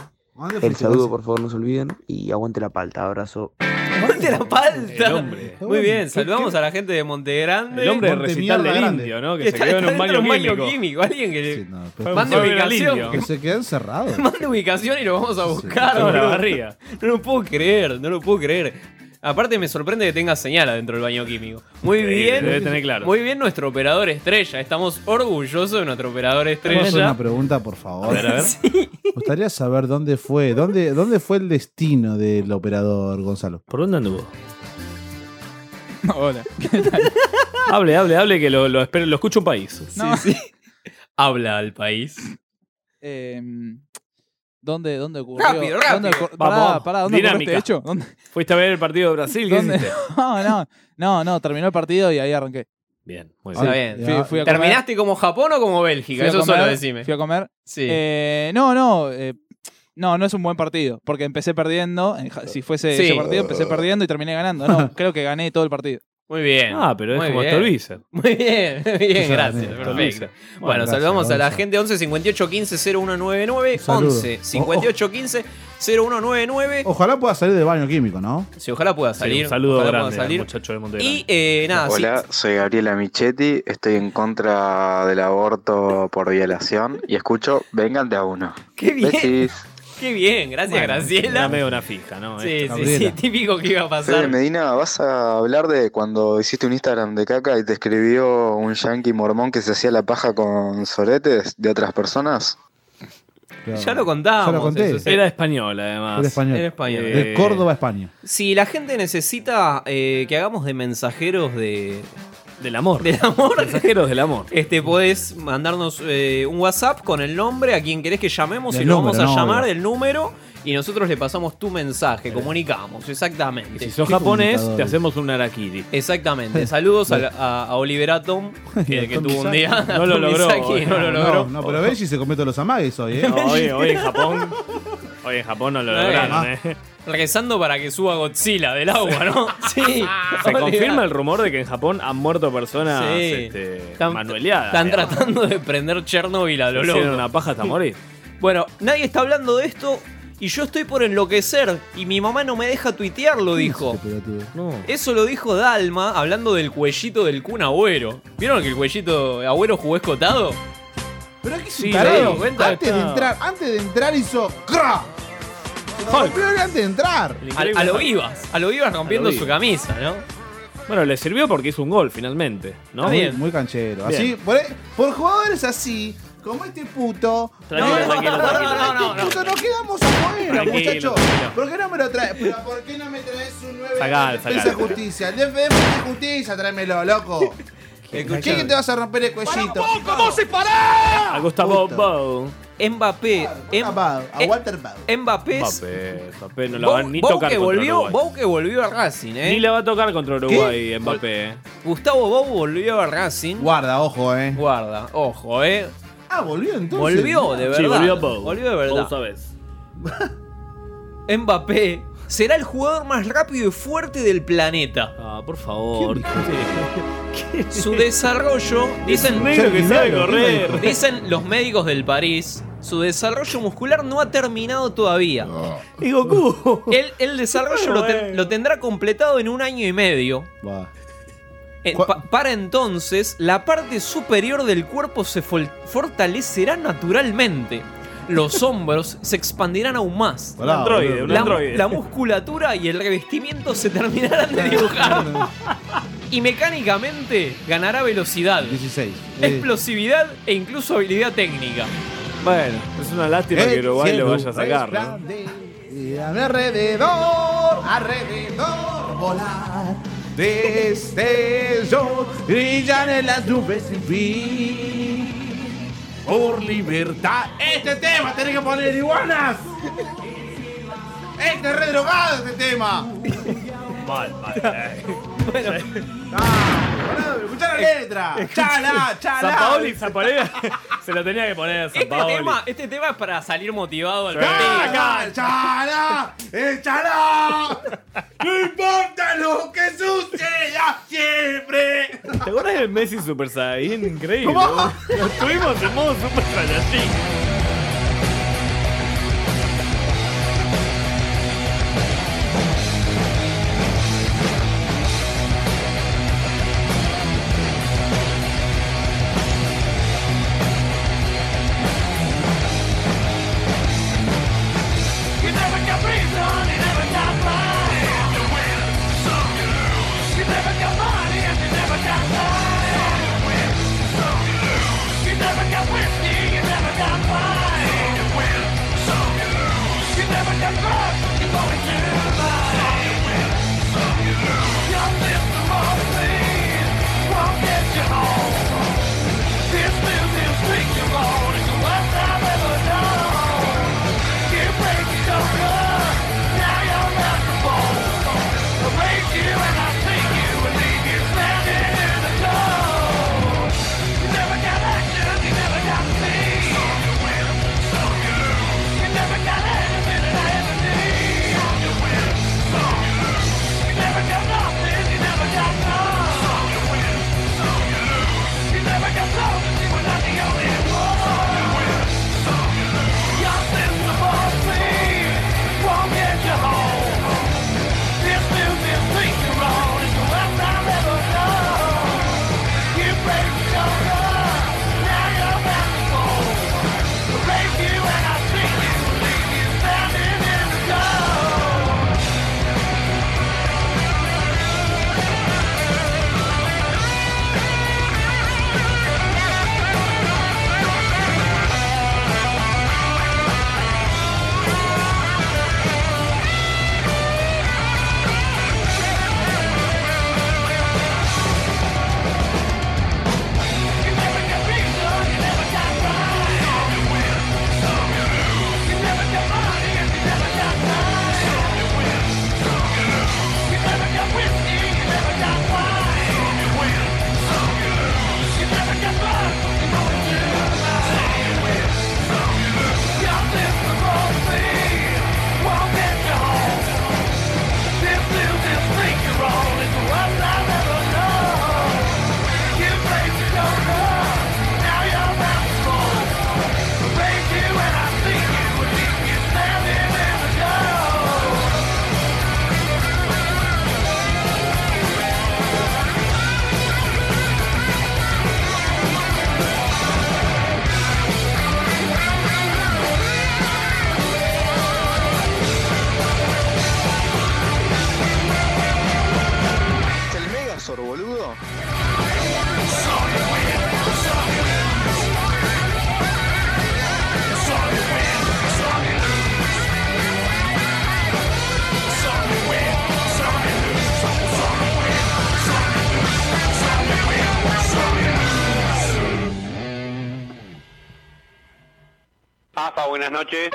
Q: El saludo, por favor, no se olviden. Y aguante la palta. Abrazo.
F: Aguante la palta.
Q: El hombre.
F: Muy bien, saludamos a la gente de Montegrande.
G: El hombre de Monte recital mierda del grande. indio, ¿no? Que se
F: está-
G: quedó en
F: está
G: un baño
F: dentro de
G: químico.
F: Alguien que
G: pero-
F: mande
G: Fue un
F: ubicación.
G: indio.
R: Que se quedó encerrado.
F: Mande ubicación y lo vamos a buscar.
G: Toda la
F: boludo.
G: barriga.
F: No lo puedo creer, no lo puedo creer. Aparte me sorprende que tenga señal adentro del baño químico. Muy
G: Increíble,
F: bien.
G: debe tener claro.
F: Muy bien nuestro operador estrella. Estamos orgullosos de nuestro operador
R: Vamos a hacer
F: estrella.
R: una pregunta, por favor.
F: A ver, a ver.
R: Me gustaría saber dónde fue, dónde, dónde fue el destino del operador Gonzalo.
G: ¿Por dónde anduvo?
L: Hola.
G: Hable, hable, hable, que lo, lo, espero- lo escucho un país.
L: No.
F: Sí, sí. Habla al país.
L: Eh, ¿dónde, ¿Dónde ocurrió?
F: Rápido, rápido.
L: ¿Dónde ocur-
G: Vamos,
L: Pará,
G: vamos.
L: pará, ¿dónde ocurrió
G: Dinámica.
L: este hecho? ¿Dónde-
G: Fuiste a ver el partido de Brasil, ¿qué
L: ¿Dónde?
G: hiciste?
L: No, no, no, no, terminó el partido y ahí arranqué.
G: Bien, muy
L: Sí,
G: bien.
L: fui- fui a comer.
F: ¿Terminaste como Japón o como Bélgica?
L: Fui a
F: Eso
L: comer,
F: solo decime.
L: Fui a comer.
F: Sí.
L: Eh, no, no. eh, no, no es un buen partido. Porque empecé perdiendo. en ja- Si fuese
F: Sí.
L: ese partido, empecé perdiendo y terminé ganando. No, creo que gané todo el partido.
F: Muy bien.
G: Ah, pero es
F: Muy
G: como
F: bien.
G: Stolbizer.
F: Muy bien, muy bien,
G: Esa,
F: gracias.
G: sí,
F: Perfecto.
G: Stolbizer.
F: Bueno,
G: Bueno, gracias,
F: saludamos a la
G: Gonza.
F: gente 11 58 15 0199
R: saludo.
G: Oh,
F: 11 58 15 0199.
R: Ojalá pueda salir del baño químico, ¿no?
F: Sí, ojalá pueda salir.
G: un saludo
F: ojalá
G: grande
F: pueda
G: al
F: salir.
G: muchacho de Montevideo.
F: Y eh, nada, sí,
E: Hola, soy Gabriela Michetti, estoy en contra del aborto por violación y escucho Vengan de a uno.
F: Qué bien.
E: Besis.
F: qué bien, gracias Graciela.
G: Era medio una fija, ¿no?
F: Sí,
G: Esto.
F: sí, sí, típico que iba a
E: Fede
F: pasar.
E: Medina, vas a hablar de cuando hiciste un Instagram de caca y te escribió un yankee mormón que se hacía la paja con soretes de otras personas.
F: Ya lo contábamos.
R: Ya lo conté.
F: eso sí.
G: Era español, además. Eh,
R: Era español.
F: Era español.
R: De Córdoba a España.
F: Si la gente necesita eh, que hagamos de mensajeros de...
G: Del amor.
F: Del amor.
G: Mensajeros del amor.
F: Este, podés mandarnos eh, un WhatsApp con el nombre a quien querés que llamemos
G: Del
F: y lo
G: número,
F: vamos a
G: no,
F: llamar
G: obvio.
F: del número y nosotros le pasamos tu mensaje, comunicamos, exactamente.
G: Si sos japonés, te hacemos un harakiri.
F: Exactamente. Saludos a, a- a Olivera Tom, que, que tuvo un día.
G: No lo logró,
F: Tomisaki, no lo logró.
R: No, pero Belgi se comete los amagues hoy, ¿eh?
G: No, hoy, hoy en Japón. Hoy en Japón no lo
F: Eh,
G: lograron, ¿eh?
F: Rezando para que suba Godzilla del agua, ¿no? Sí.
G: Se
F: Olivera.
G: confirma el rumor de que en Japón han muerto personas
F: Sí.
G: este,
F: Están-
G: manueleadas.
F: Están
G: digamos.
F: tratando de prender Chernobyl a lo
G: Se
F: loco.
G: hicieron una paja hasta morir.
F: Bueno, nadie está hablando de esto y yo estoy por enloquecer y mi mamá no me deja tuitearlo, dijo. Eso lo dijo Dalma hablando del cuellito del Kun Agüero. ¿Vieron que el cuellito Agüero jugó escotado?
R: Pero aquí es
F: Sí,
R: un
F: ¿te
R: tarado.
F: das cuenta?
R: Antes de
F: Está.
R: entrar, antes de entrar hizo. ¡Cra! Se lo rompió antes de entrar.
F: A, a lo Vivas, a lo Vivas rompiendo
G: A lo
F: su
G: Vivas.
F: camisa, ¿no?
G: Bueno, le sirvió porque hizo un gol finalmente. ¿no?
R: Muy- Muy canchero.
G: Bien.
R: Así, por, por jugadores así, como este puto.
G: Tranquilo,
R: no,
G: tranquilo,
R: no,
G: tranquilo,
R: no, no,
G: tranquilo.
R: puto, nos quedamos afuera,
G: Tranquilo,
R: muchachos.
G: tranquilo.
R: ¿Por qué no me lo traes? Pero ¿por qué no me traes un 9?
G: Sacá,
R: Defensa
G: sacá.
R: y justicia. El defensa y justicia, tráemelo, loco. ¿Qué
F: Escuchame.
R: que te vas a romper el cuellito?
G: A Gustavo Bou.
F: Mbappé. Em-
R: Ah, A Walter Bau.
F: Mbappé. es-
G: Mbappé, Mbappé no la
F: Bou-
G: van ni
F: Bou
G: tocar
F: que
G: contra
F: volvió,
G: Uruguay.
F: Bou que volvió a Racing, ¿eh?
G: Ni la va a tocar contra Uruguay, Mbappé.
F: Gustavo Bou volvió a Racing.
R: Guarda, ojo, eh.
F: Guarda, ojo, eh.
R: Ah, volvió entonces.
F: Volvió de verdad.
G: Sí, volvió Bou.
F: Volvió de
G: Bou
F: verdad.
G: sabes.
F: Mbappé será el jugador más rápido y fuerte del planeta.
G: Ah, por favor.
F: Su desarrollo, dicen,
G: un negro que sabe correr.
F: dicen los médicos del París, su desarrollo muscular no ha terminado todavía.
G: Y Goku.
F: El, el desarrollo lo, ten- lo tendrá completado en un año y medio.
R: Va.
F: Eh, pa- para entonces, la parte superior del cuerpo se fol- fortalecerá naturalmente. Los hombros se expandirán aún más.
G: Un androide, un
F: la,
G: androide.
F: la musculatura y el revestimiento se terminarán de dibujar. y mecánicamente ganará velocidad,
I: 16.
G: eh.
F: explosividad e incluso habilidad técnica.
G: Bueno, es una lástima
F: Eh,
I: El
G: que Uruguay
I: cielo
G: lo vaya a sacar, ¿no?
I: Y alrededor, alrededor, volar. Destellos este brillan en las nubes sin fin. Por libertad. Este tema tenés que poner iguanas. Este es redrogado este tema.
G: Mal, mal.
F: bueno.
I: Escuchá la letra. Chala, chala.
G: Sampaoli, Sampaoli, se lo tenía que poner
F: Este
G: Sampaoli.
F: tema, este tema es para salir motivado al partido.
I: ¡Chala! ¡Chala! ¡Échala! ¡No importa lo que suceda siempre!
G: ¿Te acuerdas del Messi Super Saiyan? Increíble.
I: ¿Cómo?
G: ¿no? Lo tuvimos en modo Super Saiyajin.
S: ¿Es el Megazord, boludo?
O: AFA, buenas noches.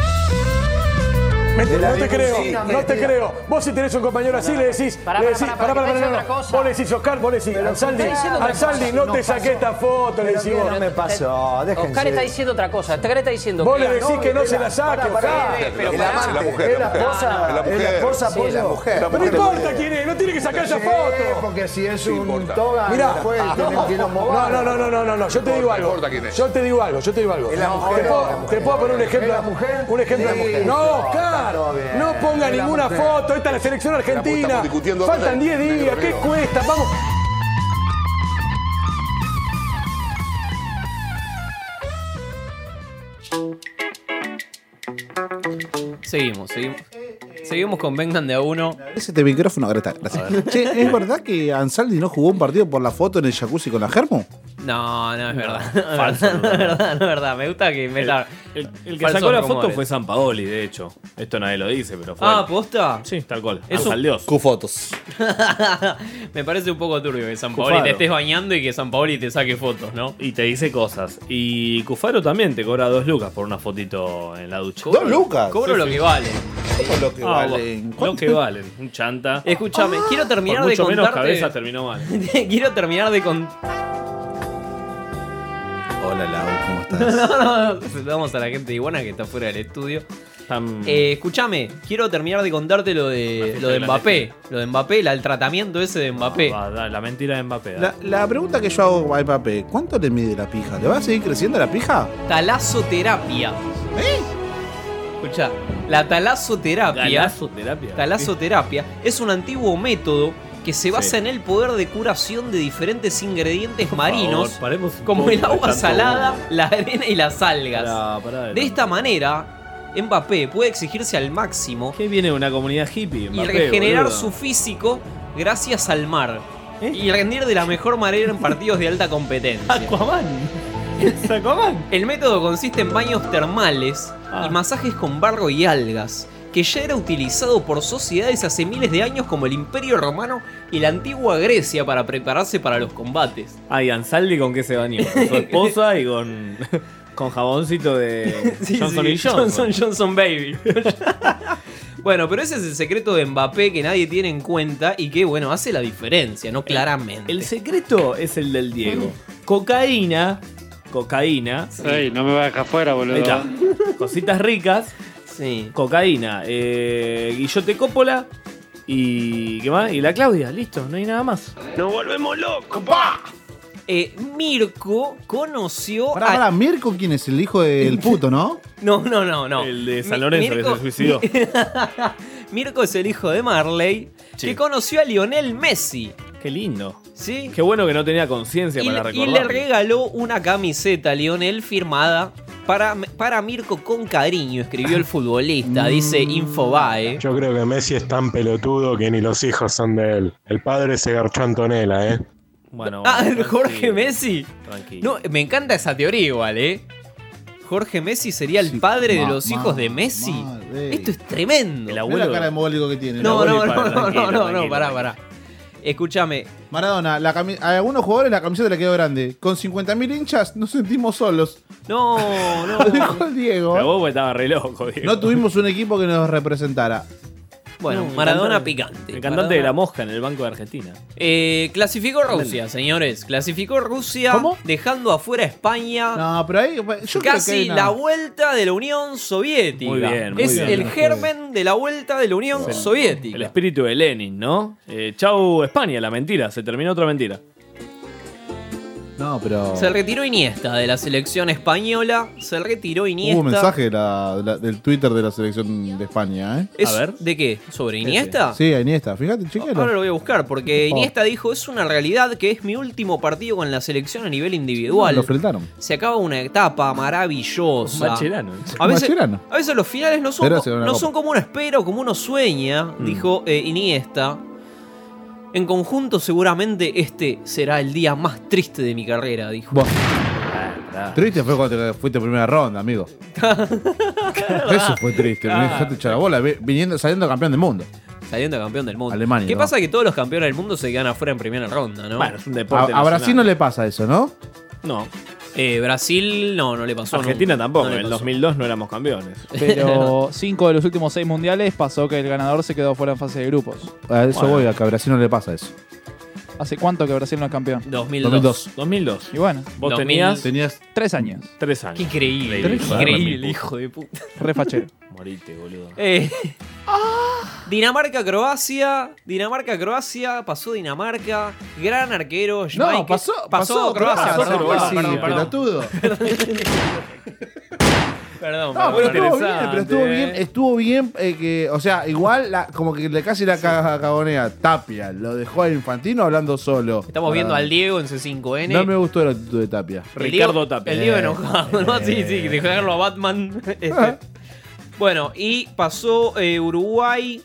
D: No te creo,
O: limusina,
D: no te
O: metida.
D: creo. Vos si tenés un compañero así, le decís,
O: Pará,
D: le
O: pará,
D: decís,
O: pará,
D: pará,
O: pará,
D: pará,
O: que te voy a
D: pará,
O: decir
D: no.
O: otra cosa.
D: Vos le decís, Oscar, vos le decís,
O: Pero
D: Ansaldi,
O: está diciendo otra
D: Ansaldi,
O: cosa.
D: no te
O: Nos
D: saqué
O: pasó.
D: esta foto, le decís vos.
O: Oscar está diciendo otra cosa. Oscar está diciendo.
D: Vos
O: que
D: le
O: la
D: decís
O: novia
D: que no
O: de
D: se la saque,
O: Pará, pará,
D: Oscar.
O: eh, pero
D: El
O: pará.
D: amante, la mujer,
O: Es
D: la
O: la
D: mujer.
N: Ah,
O: esposa.
D: Es la
O: es
D: mujer.
O: esposa,
D: Sí,
O: pollo.
D: la mujer. No
O: Pero
D: importa quién es, no tiene que sacar esa foto.
N: Porque si es
D: Sí,
N: un
D: importa.
N: toga,
D: Mirá.
N: después tienen que ir a
D: No, no, no, no, no, no, no, yo te digo algo. Yo te digo algo, yo te digo algo.
N: Es la
D: No,
N: mujer,
D: te puedo-
N: es la mujer.
D: Te puedo poner un ejemplo.
N: ¿Es la mujer?
D: Un ejemplo de
N: Sí,
D: mujer. No,
N: no,
D: Oscar,
N: está todo bien.
D: no ponga
N: Es la
D: ninguna
N: mujer.
D: foto. Esta es la selección argentina.
N: estamos discutiendo
D: Faltan
N: ahora,
D: 10 días,
N: negro
D: ¿qué
N: Rivero.
D: cuesta? Vamos.
F: Seguimos, seguimos. Seguimos con vengan de a uno.
I: Ese te micrófono, Greta. Gracias. Che, ¿es verdad que Ansaldi no jugó un partido por la foto en el jacuzzi con la Germo?
F: No, no es verdad.
G: Falso,
F: no es verdad, no es verdad. Me gusta que metan.
G: El, El que sacó la foto fue San Paoli, de hecho. Esto nadie lo dice, pero fue.
F: Ah,
G: él.
F: ¿posta?
G: Sí, tal cual.
F: Es un-
G: Dios. Q-Fotos.
F: Me parece un poco turbio que San Paoli te estés bañando y que San Paoli te saque fotos, ¿no?
G: Y te dice cosas. Y Cufaro también te cobra dos lucas por una fotito en la ducha. Ah,
F: Cobro- Cobro lo que vale.
I: lo
F: que
G: Lo que valen. Un chanta.
F: Escúchame,
I: Ah.
F: quiero terminar
G: por mucho
F: de
G: menos
F: contarte-
G: cabeza terminó mal.
F: Quiero terminar de con.
I: Hola, Lau, ¿cómo
F: No, no, no, saludamos a la gente de Iguana que está fuera del estudio. Eh, escúchame, quiero terminar de contarte lo de, lo de Mbappé. Lo de Mbappé, la- el tratamiento ese de Mbappé.
G: Ah, la mentira de Mbappé.
I: La, la pregunta que yo hago a Mbappé, ¿cuánto le mide la pija? ¿Le va a seguir creciendo la pija?
F: Talazoterapia. ¿Eh? Escucha, la talazoterapia.
G: Talazoterapia.
F: Talazoterapia es un antiguo método que se basa en el poder de curación de diferentes ingredientes marinos,
G: favor, paremos un
F: como
G: poco
F: el
G: de
F: agua
G: tanto
F: salada,
G: humo.
F: la arena y las algas.
G: Pará, pará,
F: de
G: adelante.
F: esta manera, Mbappé puede exigirse al máximo.
G: Que viene una comunidad hippie.
F: y
G: Mbappé,
F: regenerar
G: boludo. ¿Eh?
F: su físico gracias al mar. Y rendir de la mejor manera en partidos de alta competencia.
G: Aquaman.
F: El método consiste en baños termales
G: Ah.
F: y masajes con barro y algas, que ya era utilizado por sociedades hace miles de años como el Imperio Romano y la antigua Grecia para prepararse para los combates.
G: Ay, Ansaldi con qué se bañó. Con su esposa y con. Con jaboncito de Johnson y Johnson.
F: Johnson, Johnson Baby. bueno, pero ese es el secreto de Mbappé que nadie tiene en cuenta y que, bueno, hace la diferencia, ¿no? Claramente.
G: El secreto es el del Diego. Cocaína. Cocaína.
O: Ey, no me va a dejar fuera, boludo.
G: Ahí está. Cositas ricas.
F: Sí.
G: Cocaína. Eh, Guillote Coppola. Y. ¿Qué más? Y la Claudia. Listo, no hay nada más.
O: Nos volvemos locos, pa.
F: Eh, Mirko conoció
I: Pará,
F: a-
I: pará, Mirko, ¿quién es? El hijo del puto, ¿no?
F: No, no, no, no. El
G: de San Lorenzo que se suicidó.
F: Mirko es el hijo de Marley que conoció a Lionel Messi.
G: Qué lindo.
F: Sí.
G: Qué bueno que no tenía conciencia
F: Y,
G: para
F: y le
G: recordar.
F: regaló una camiseta a Lionel firmada para, para Mirko con cariño, escribió el futbolista, dice
G: Mm.
F: Infobae.
M: Yo creo que Messi es tan pelotudo que ni los hijos son de él. El padre se garchó a Antonella, ¿eh?
G: Bueno,
F: Ah, el Jorge Messi.
G: tranquilo.
F: No, me encanta esa teoría igual, ¿eh? Jorge Messi sería el padre de
I: ma-
F: los
I: ma-
F: hijos de Messi. Esto es tremendo. El
I: Mirá la cara de mogólico que tiene.
F: No,
I: El
F: no,
I: abuelo y
F: no,
I: padre,
F: no,
I: tranquilo,
F: no, no, no,
I: tranquilo.
F: pará, pará. Escúchame,
I: Maradona, la cami- a algunos jugadores la camiseta le quedó grande. Con 50.000 hinchas nos sentimos solos.
F: No, no.
I: Lo dijo el Diego.
G: Pero vos estaba re loco, Diego.
I: No tuvimos un equipo que nos representara.
F: Bueno,
G: No,
F: Maradona
G: el cantante-
F: picante.
G: El cantante
F: Maradona-
G: de la mosca en el Banco de Argentina.
F: Eh, clasificó Rusia, señores. Clasificó Rusia dejando afuera a España.
I: No, pero ahí. creo que hay
F: Casi
I: una-
F: la vuelta de la Unión Soviética.
G: Muy bien, muy
F: es
G: bien.
F: el germen de la vuelta de la Unión Oh, Soviética.
G: El espíritu de Lenin, ¿no? Eh, chau España, la mentira. Se terminó otra mentira.
I: No, pero.
F: Se retiró Iniesta de la selección española. Se retiró Iniesta.
I: Hubo un mensaje de la- de la- del Twitter de la selección de España, ¿eh?
F: ¿Es ¿De qué? ¿Sobre Iniesta?
I: Sí, a Iniesta. Fíjate, chequero.
F: Ahora lo voy a buscar porque
I: Oh.
F: Iniesta dijo es una realidad que es mi último partido con la selección a nivel individual.
I: No, lo fletaron.
F: Se acaba una etapa maravillosa.
I: Mascherano.
F: A veces,
I: Mascherano.
F: a veces los finales no son,
I: Pero
F: co-
I: se ganó la
F: no
I: copa.
F: son como uno espera o como uno sueña,
G: Mm.
F: dijo eh, Iniesta. En conjunto, seguramente este será el día más triste de mi carrera, dijo.
I: Triste fue cuando te fuiste primera ronda, amigo. Eso fue triste. Me dejaste echar la bola vi- viniendo, saliendo campeón del mundo.
F: Saliendo campeón del mundo.
I: Alemania.
F: ¿Qué
I: ¿no?
F: pasa? Que todos los campeones del mundo se quedan afuera en primera ronda, ¿no?
G: Bueno, es un
I: A, a Brasil no le pasa eso, ¿no?
G: No.
F: Eh, Brasil no, no le pasó.
G: Argentina
F: nunca.
G: tampoco.
F: No le
G: en el
F: pasó.
G: 2002 no éramos campeones.
L: Pero cinco de los últimos seis mundiales pasó que el ganador se quedó fuera en fase de grupos.
I: A eso
L: Bueno.
I: voy, a que a Brasil no le pasa eso.
L: ¿Hace cuánto que Brasil no es campeón?
I: 2002.
G: 2002.
L: Y bueno.
G: Vos tenías-
I: Tenías
L: tres años.
G: Tres años.
F: Qué increíble,
G: Tres
F: qué
G: años.
F: increíble, hijo de puta.
L: Re fachero.
G: Morite, boludo.
F: Eh, Dinamarca, Croacia. Dinamarca, Croacia. Pasó Dinamarca. Gran arquero. Schmeichel.
I: pasó- pasó
F: Croacia.
I: Croacia,
F: perdón,
I: pasó
F: Ah, perdón, perdón,
I: Croacia,
F: perdón.
I: pelotudo.
F: Perdón, perdón.
I: No, pero estuvo bien, pero estuvo bien, estuvo bien, eh, que, o sea, igual la- como que le casi la ca- cagonea Tapia, lo dejó a Infantino hablando solo. Ah.
F: Estamos viendo al Diego en C5N.
I: No me gustó la actitud de Tapia. Eh.
F: El Diego- El Diego enojado, ¿no? Sí, sí, dejarlo a Batman. Este, Bueno, y pasó eh, Uruguay,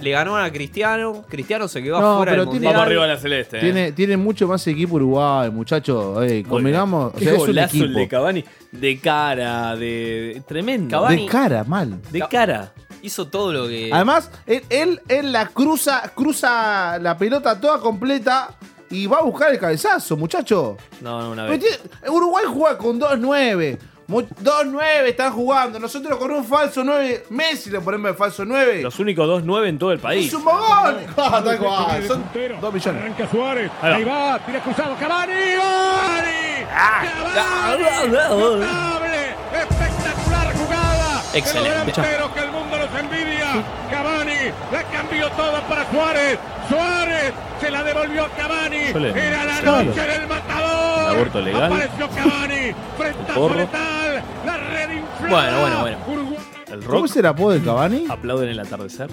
F: le ganó a Cristiano. Cristiano se quedó
I: No,
F: afuera
I: pero
F: del
I: tiene-
F: mundial.
I: Vamos arriba
G: la celeste. eh.
I: Tiene, tiene mucho más equipo Uruguay, muchachos. Eh, convengamos. O
G: Qué
I: sea, es un
G: golazo el de
I: equipo.
G: Cavani. De cara, de. de- Tremendo.
I: De cara, mal.
G: De cara.
F: Hizo todo lo que.
I: Además, él, él, él la cruza, cruza la pelota toda completa y va a buscar el cabezazo, muchacho.
G: No, no, una
I: Pero
G: vez.
I: tiene- Uruguay juega con 2-9. Mu- 2-9 están jugando. Nosotros con un falso 9. Messi le ponemos el falso 9.
G: Los únicos 2-9 en todo el país.
I: ¡Es un mogón! Ah, tal cual, Son 2 millones.
O: Arranca Suárez.
G: Ahí va.
O: Ahí va. Tira cruzado. Cavani. ¡Gol!
G: Ah,
O: Cavani. Notable. Espectacular jugada. de los
G: Excelente.
O: delanteros que el mundo nos envidia. Cavani la cambió todo para Suárez. Suárez se la devolvió a Cavani.
G: Ole.
O: Era la
G: Claro.
O: noche del matador.
G: El aborto legal.
O: Apareció Cavani. Frentazo
G: porro.
O: letal. La red inflada.
G: Bueno, bueno, bueno.
O: Uruguay.
G: El rock.
I: ¿Cómo es el apodo de Cavani?
G: Aplauden el atardecer.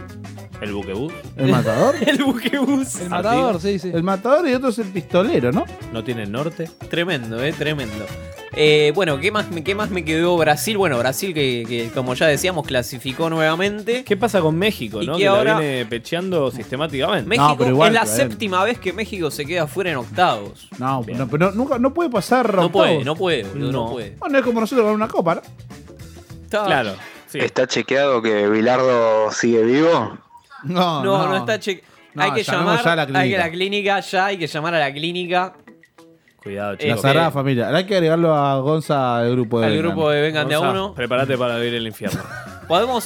G: El buquebús.
I: ¿El matador?
F: el buquebús.
L: El
G: matador,
L: sí, sí.
I: El matador y otro es el pistolero, ¿no?
G: No tiene norte.
F: Tremendo, eh, tremendo. Eh, bueno, ¿qué más, me- ¿qué más me quedó Brasil? Bueno, Brasil que, que, como ya decíamos clasificó nuevamente.
G: ¿Qué pasa con México,
F: Y
G: no?
F: que
G: Que
F: ahora-
G: ahora viene pecheando sistemáticamente.
F: México es
E: eh,
F: la
G: séptima.
F: séptima vez que México se queda fuera en octavos.
I: No, no, pero nunca, no puede pasar
F: No puede,
I: octavos.
F: no puede, boludo, no,
I: No.
F: puede.
I: Bueno, es como nosotros con una copa, ¿no?
F: Claro.
E: ¿Está chequeado que Bilardo sigue vivo?
F: No, no, está che-
E: No,
F: hay que
E: llamemos
F: llamar
E: ya a la
F: hay que
E: clínica.
F: la clínica ya hay que llamar a la clínica Eh,
G: Cuidado,
I: La Sagrada Familia. Ahora hay que agregarlo a Gonza al grupo de.
F: al
I: Vengan.
F: grupo de vengan de a
G: Gonza,
F: uno.
G: Prepárate para vivir el infierno.
F: Podemos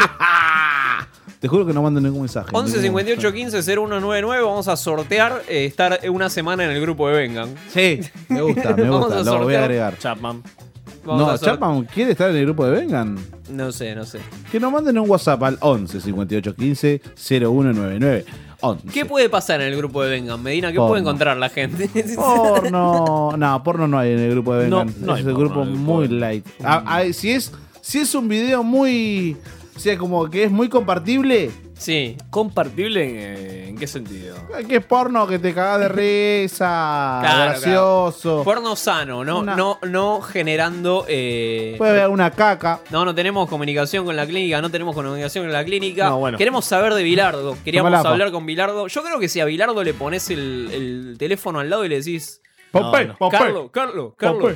I: Te juro que no mando ningún mensaje.
F: 11
I: Ningún.
F: 58 15 0199 vamos a sortear eh, estar una semana en el grupo de vengan.
I: Sí, me gusta, me
F: Vamos
I: gusta.
F: a
I: Lo voy
F: sortear.
I: a agregar.
G: Chapman.
F: Vamos a
I: No,
F: sort-
I: Chapman quiere estar en el grupo de Vengan.
F: No sé, no sé.
I: Que nos manden un WhatsApp al 11 58 15 0199. 11.
F: ¿Qué puede pasar en el grupo de Vengan, Medina? ¿Qué
I: Porno.
F: puede encontrar la gente?
I: Porno. No, porno no hay en el grupo de
F: No,
I: Vengan.
F: no hay
I: es el
F: porno
I: grupo muy light. Ah, ah, si, es, si es un video muy. O sea, como que es muy compartible.
F: Sí.
G: ¿Compartible en, en qué sentido?
I: Que es porno que te cagás de risa.
F: Claro,
I: Ah, gracioso.
F: Porno sano, no,
I: Una-
F: no, no generando. eh,
I: Puede haber una caca.
F: No, no tenemos comunicación con la clínica, no tenemos comunicación con la clínica.
I: No, bueno.
F: Queremos saber de Bilardo. Queríamos
I: Toma la
F: hablar con Bilardo. Yo creo que si a Bilardo le pones el, el teléfono al lado y le decís.
I: Pompey, Pompey.
F: Carlos, Carlos, Carlos.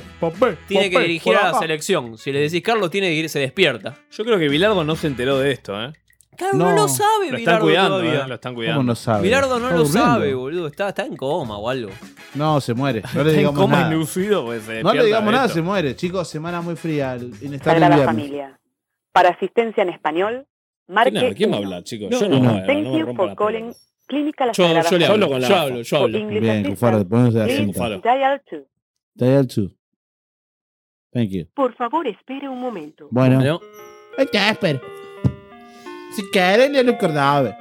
F: tiene que dirigir a la
G: selección.
F: selección. Si le decís Carlos, tiene que ir, se despierta.
G: Yo creo que Bilardo no se enteró de esto, ¿eh?
F: Claro, no, lo sabe,
G: Lo están
F: Bilardo
G: cuidando,
F: todavía.
G: ¿eh? Lo están cuidando.
I: ¿Cómo no sabe?
F: Bilardo no
I: Está
F: lo
I: durmiendo.
F: sabe, boludo. Está, está en coma o algo.
I: No, se muere. No le
G: Está en
I: digamos
G: coma
I: nada.
G: inducido, pues, se
I: No le
G: despierta
I: digamos
G: de
I: nada,
G: esto.
I: se muere. Chicos, semana muy fría. el- Inestable
T: Sagrada
I: invierno.
T: Familia. Para asistencia en español, marque
G: ¿Quién, quién va a
T: uno.
G: hablar, chicos?
T: No,
G: yo no,
T: no.
G: no,
T: Thank
G: no me
T: you
G: rompo
T: for
G: la
T: calling Clínica La
G: Yo-
T: Sagrada
G: yo le hablo,
T: Familia.
G: yo hablo, yo
T: For
G: hablo.
T: English
I: Bien,
T: assistance,
I: Cufaro, ponete de
T: please
I: acento.
T: dial two.
I: Dial two. Thank you.
T: Por favor, espere un momento.
I: Bueno. Ay, Casper. Si quieren, yo lo acordaba.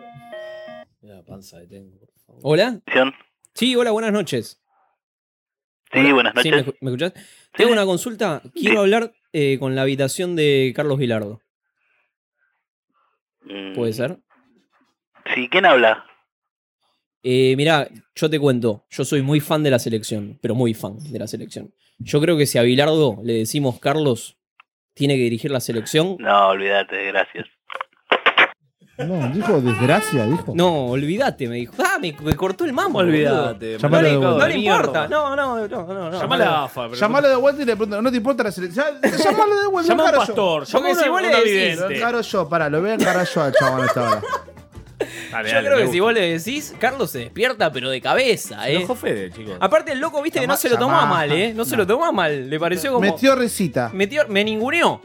F: ¿Hola? Sí, hola, buenas noches.
U: Sí, buenas
F: Sí,
U: noches.
F: ¿me, escu- me escuchás? Tengo una consulta. Quiero hablar eh, con la habitación de Carlos Bilardo.
U: Mm,
F: ¿Puede ser?
U: Sí, ¿quién habla?
F: Eh, mirá, yo te cuento, yo soy muy fan de la selección, pero muy fan de la selección. Yo creo que si a Bilardo le decimos Carlos tiene que dirigir la selección.
U: No, olvídate, gracias.
I: No, dijo desgracia, dijo.
F: No, olvídate, me dijo. Ah, me, me cortó el mamo. boludo.
G: Olvídate, Llamalo
F: No le-
G: de vuelta.
F: No le
G: Mierda.
F: importa. No, no, no, no. no.
G: Llamala a AFA. pero-
I: Llamalo de vuelta y le pregunto, ¿no te importa la selección? Ya- Llamalo de vuelta.
G: Llama a un
I: lo encaro
G: pastor,
I: yo.
G: llama Porque a si una- vos le una decís- vidente.
I: Lo encaro yo, pará, lo voy a encarar yo al chabón a esta hora.
G: Dale,
F: Yo
G: dale,
F: creo
G: me
F: que si
G: gusta.
F: vos le decís, Carlos se despierta, pero de cabeza,
G: Se
F: ¿eh?
G: enojó Fede, chicos.
F: Aparte, el loco, viste, que no
G: Llamá-
F: se lo tomaba
G: llamá.
F: mal, ¿eh? No se lo tomaba mal. Le pareció como.
I: Metió risita.
F: Metió- me ninguneó.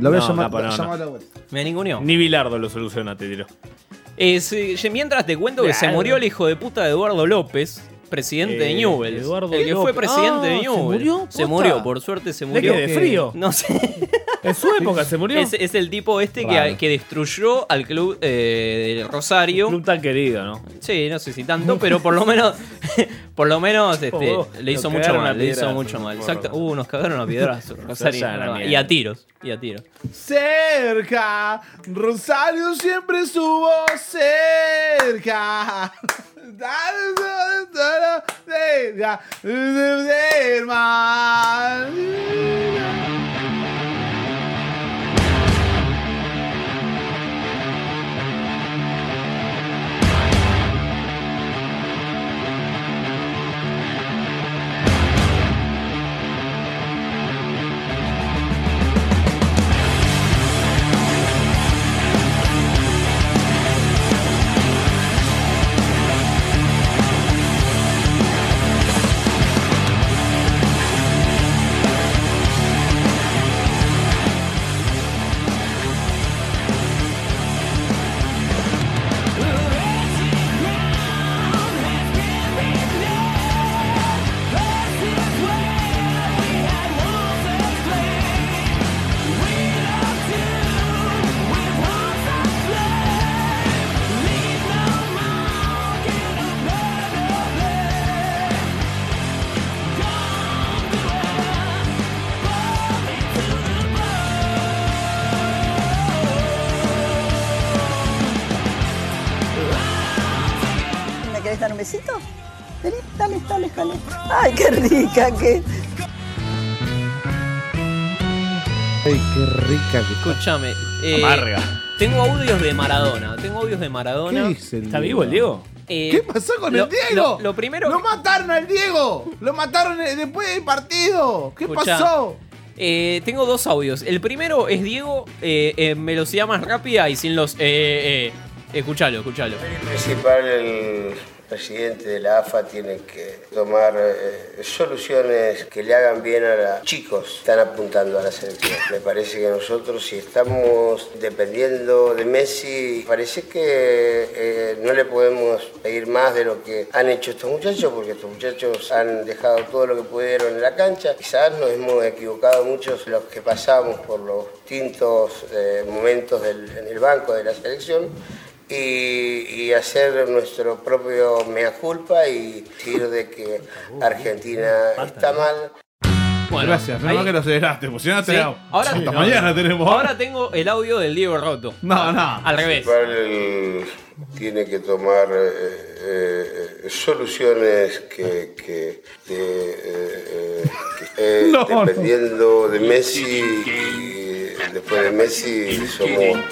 I: Lo voy a
G: No,
I: llamar.
G: Capo, no, no.
I: llamalo de vuelta.
F: Me ninguneó.
G: Ni Bilardo lo soluciona, te tiro.
F: Eh, sí, ye- mientras te cuento que se
G: Claro.
F: murió el hijo de puta de Eduardo López, presidente de
G: Eh,
F: Newell's.
G: Eduardo
F: el que fue
G: López.
F: presidente
G: Ah,
F: de
G: ¿se
F: Newell's.
G: murió?
F: Se
G: Posta.
F: murió, por suerte se
G: ¿De
F: murió.
G: qué? ¿De frío?
F: No sé.
G: En su época se murió.
F: Es, es el tipo este que,
G: Raro.
F: que destruyó al club eh, del Rosario. club
G: tan querido, ¿no?
F: Sí, no sé si tanto, pero por lo menos. por lo menos este,
G: vos,
F: le hizo
G: Oh, nos
F: mucho
G: cagaron a
F: mal. Le hizo
G: piedrazos,
F: mucho mal.
G: por
F: Exacto.
G: favor.
F: Uh, nos cagaron a piedras. Rosario.
G: Vayan a la
F: ¿verdad? y
G: mierda.
F: a tiros. Y a tiros.
I: Cerca, Rosario siempre estuvo cerca. Cerca del mar.
A: besito? Vení, dale, dale, dale. Ay, qué rica que.
I: Ay, qué rica que
F: Escúchame. eh,
G: Amarga.
F: Tengo audios de Maradona. Tengo audios de Maradona.
I: ¿Qué dice el
G: ¿Está vivo el Diego?
F: ¿Qué pasó
I: con el Diego?
F: Lo, primero.
I: Lo mataron al Diego. Lo mataron eh, después del partido. ¿Qué
F: Escuchá,
I: pasó?
F: eh, tengo dos audios. El primero es Diego eh, en velocidad más rápida y sin los. Eh, eh, escuchalo, escuchalo.
B: principal, el presidente de la AFA, tiene que tomar eh, soluciones que le hagan bien a los chicos que están apuntando a la selección. Me parece que nosotros, si estamos dependiendo de Messi, parece que eh, no le podemos pedir más de lo que han hecho estos muchachos, porque estos muchachos han dejado todo lo que pudieron en la cancha. Quizás nos hemos equivocado muchos los que pasamos por los distintos eh, momentos del- en el banco de la selección y, y hacer nuestro propio mea culpa y decir de que Argentina está mal.
F: Bueno,
I: Gracias, menos
F: ahí-
I: mal que lo aceleraste, porque si no
F: Sí,
I: te hago-
F: ahora,
I: Hasta
F: no.
I: mañana tenemos.
F: Ahora tengo el audio del Diego Roto.
I: No, no.
F: Al revés.
B: Principal, eh, tiene que tomar eh, eh, eh, soluciones que, que, que, eh, eh, que, eh,
O: No, no.
B: dependiendo de Messi y después de Messi somos,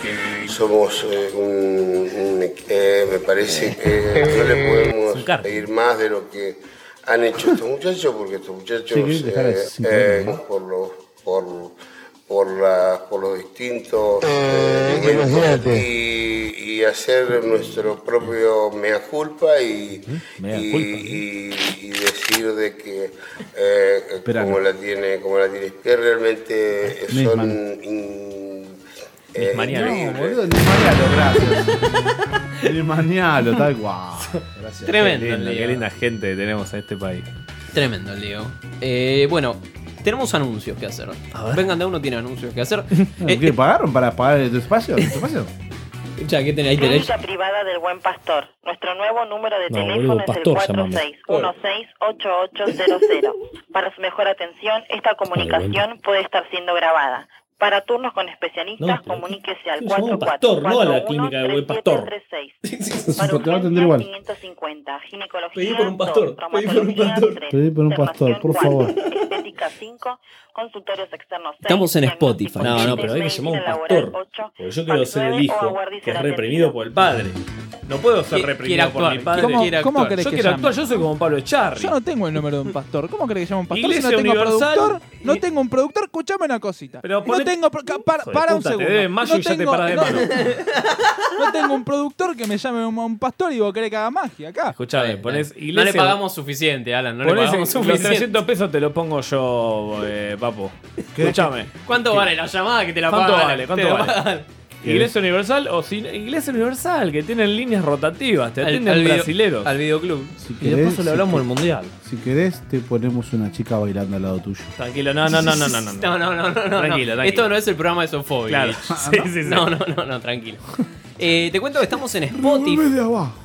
B: somos eh, un, un equ- eh, me parece que no le podemos pedir más de lo que han hecho estos muchachos porque estos muchachos
I: Sí, que dejar
B: eh,
I: sin problema,
B: eh, por los por por, la- por los distintos eh, momentos y, y hacer nuestro propio mea culpa y, y, y- y decir de que eh,
I: Espera,
B: como
I: no.
B: la tiene como la tiene que realmente eh, son in- eh,
I: Manialo.
B: increíbles.
I: No, boludo, ni manialo, gracias. ni manialo, tal cual. Gracias.
F: Tremendo,
G: Qué linda,
F: Diego.
G: qué linda gente tenemos en este país.
F: Tremendo el Diego. Eh, bueno, tenemos anuncios que hacer. Vengan de uno tiene anuncios que hacer. Eh,
I: ¿Qué pagaron para pagar el espacio? ¿El espacio?
F: ya, ¿qué tenés? Ahí tenés.
T: Clínica privada del Buen Pastor. Nuestro nuevo número de
F: No,
T: teléfono
F: boludo,
T: es el
F: pastor, llamame.
T: 46168800. Para su mejor atención, esta comunicación puede estar siendo grabada. Para turnos con especialistas,
V: No, pero-
T: comuníquese al
V: ¿Qué llamó un pastor, no a la clínica del buen pastor.
T: 441-3736.
V: Porque va a atender igual.
T: 550,
V: Pedí
T: ginecología
V: por un pastor, pedí por un pastor.
I: Pedí por un pastor, por favor.
T: estética 5, consultorios externos 6.
V: Estamos en Spotify. No, no, pero ahí me llamó un pastor. Porque yo quiero ser el hijo que es reprimido por el padre.
G: No puedo ser
V: Quiere-
G: reprimido
V: quiere
G: por mi
V: actuar,
G: padre.
V: ¿Cómo-
G: Quiere
V: cómo
G: actuar.
V: querés
G: yo
V: que
G: quiero
V: llame?
G: actuar, yo soy como Pablo Echarri.
L: Yo no tengo el número de un pastor. ¿Cómo crees que llama un pastor
G: Iglesia
L: si no tengo
G: Universal
L: productor? No tengo un productor. Escuchame una cosita.
G: ponete-
L: No tengo. pro- ca- Para,
G: Hijo de
L: para un
G: puta, te
L: segundo.
G: deben mayo
L: no
G: y ya te
L: tengo-
G: paras de
L: no-
G: mano.
L: no tengo un productor que me llame un, un pastor y vos querés que haga magia acá.
G: Escuchame, ponés
F: No
G: iglesia.
F: le pagamos suficiente, Alan. No le
G: ponés-
F: pagamos
G: los
F: suficiente.
G: 300 pesos te lo pongo yo, eh, papo. Escuchame.
F: ¿Cuánto
G: ¿Qué?
F: vale la llamada que te la
G: ¿Cuánto
F: paga Alan?
G: vale? ¿Cuánto
F: Te la
G: vale?
F: paga Alan.
G: Iglesia Universal o sin Iglesia Universal, que tienen líneas rotativas, te
F: Al-
G: atienden
F: al video-
G: brasileros.
F: al videoclub.
G: y de paso le hablamos del mundial.
I: Si querés, te ponemos una chica bailando al lado tuyo.
G: Tranquilo, no, no, no, no, no. no.
F: No, no, no, no, no, no.
G: Tranquilo, tranquilo.
F: Esto no es el programa de Sofobia.
G: Claro. Sí, sí, sí.
F: No, no, no, no, tranquilo. Eh, te cuento que estamos en Spotify.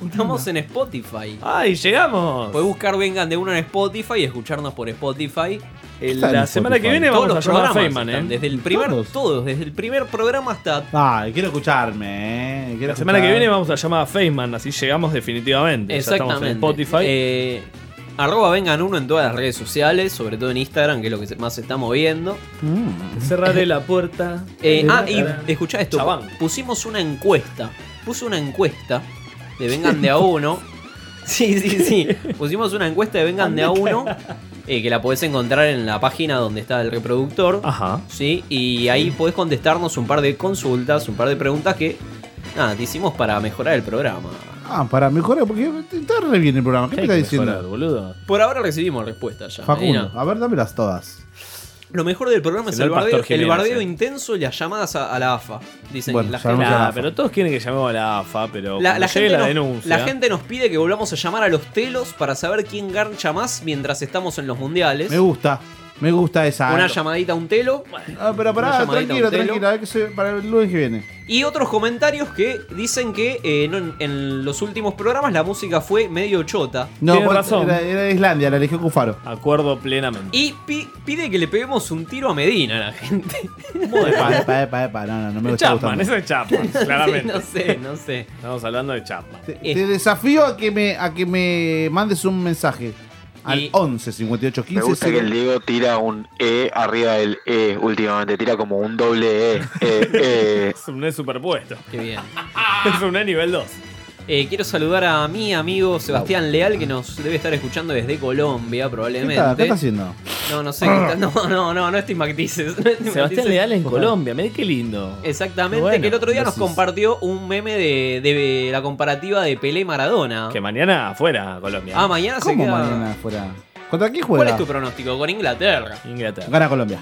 F: Estamos en Spotify.
G: ¡Ay, llegamos!
F: Puedes buscar Vengan de uno en Spotify y escucharnos por Spotify. El-
G: está en
F: la
G: Spotify?
F: semana que viene
G: Todos
F: vamos a
G: los
F: llamar a
G: programas
F: Feynman,
G: están,
F: ¿eh?
G: desde
F: Desde
G: el
F: el
G: primer-
F: primer, todos. desde el primer programa hasta.
I: Ay, quiero escucharme, eh. Quiero
G: La semana que
I: escuchar.
G: viene vamos a llamar a Feynman, así llegamos definitivamente. Ya estamos en
F: Exactamente.
G: Spotify.
F: Eh, arroba Vengan uno en todas las redes sociales, sobre todo en Instagram, que es lo que se- más se está moviendo.
I: Mm.
G: Cerraré la puerta.
F: Eh,
G: de la
F: ah, y
G: cara.
F: escuchá esto.
G: Chabán.
F: Pusimos una encuesta. Puse una encuesta de Vengan de a uno. Sí, sí, sí. Pusimos una encuesta de Vengan de a uno. eh, que la podés encontrar en la página donde está el reproductor.
G: Ajá.
F: Sí, y ahí podés contestarnos un par de consultas, un par de preguntas que. Nada, te hicimos para mejorar el programa.
I: Ah, para mejorar, porque está re bien el programa. ¿Qué me
F: Hay
I: estás
F: que
I: diciendo?
F: mejorar, Por ahora recibimos respuestas ya.
I: Facundo,
F: Medina.
I: a ver, dámelas todas.
F: Lo mejor del programa
I: Si
F: es
I: no,
F: el
I: el pastor
F: bardeo, el
I: Jiménez,
F: bardeo
I: eh.
F: intenso y las llamadas a, a la AFA. Dicen
I: Bueno,
F: que la gente.
G: Llamamos a la
F: Nah,
G: AFA. pero todos quieren que llamemos a la AFA, pero
F: La,
G: cuando
F: la
G: llegue
F: gente
G: la
F: nos,
G: denuncia.
F: la gente nos pide que volvamos a llamar a los telos para saber quién garcha más mientras estamos en los mundiales.
I: Me gusta. Me gusta esa.
F: Una llamadita a un telo.
I: Ah, pero pará, tranquilo, tranquilo, a ver qué se- para el lunes que viene.
F: Y otros comentarios que dicen que eh, no- en, en los últimos programas la música fue medio chota.
I: porque pues, Era, era de Islandia, la eligió Cufaro.
G: Ah, Acuerdo plenamente.
F: Y pi- pide que le peguemos un tiro a Medina a la gente.
I: Epa, epa, epa, epa, no, no, no me gusta.
G: Chapman, ese es Chapman,
F: Sí,
G: claramente.
F: no sé, no sé.
G: Estamos hablando de Chapman.
F: Este.
I: Te desafío a que me, a que me mandes un mensaje. Al 11 58 15
E: Me gusta que el
I: 0.
E: Diego tira un E arriba del E últimamente, tira como un doble E. e, e.
G: Es un E superpuesto.
F: Qué bien. Eh,
G: es un E nivel 2.
F: quiero saludar a mi amigo Sebastián Leal que nos debe estar escuchando desde Colombia
I: ¿Qué
F: probablemente.
I: está, ¿Qué está haciendo?
F: No, no sé. qué está- No, no, no, no estigmatices. no estigmatices.
G: Sebastián Leal en Colombia, mirá qué lindo.
F: Exactamente,
G: Bueno,
F: que el otro día nos
G: gracias.
F: compartió un meme de, de la comparativa de Pelé y Maradona.
G: Que mañana afuera Colombia.
F: Ah, mañana se
I: ¿Cómo
F: queda-
I: mañana fuera? ¿Contra quién
F: ¿Cuál
I: juega?
F: es tu pronóstico? Con Inglaterra.
G: Inglaterra.
I: Gana Colombia.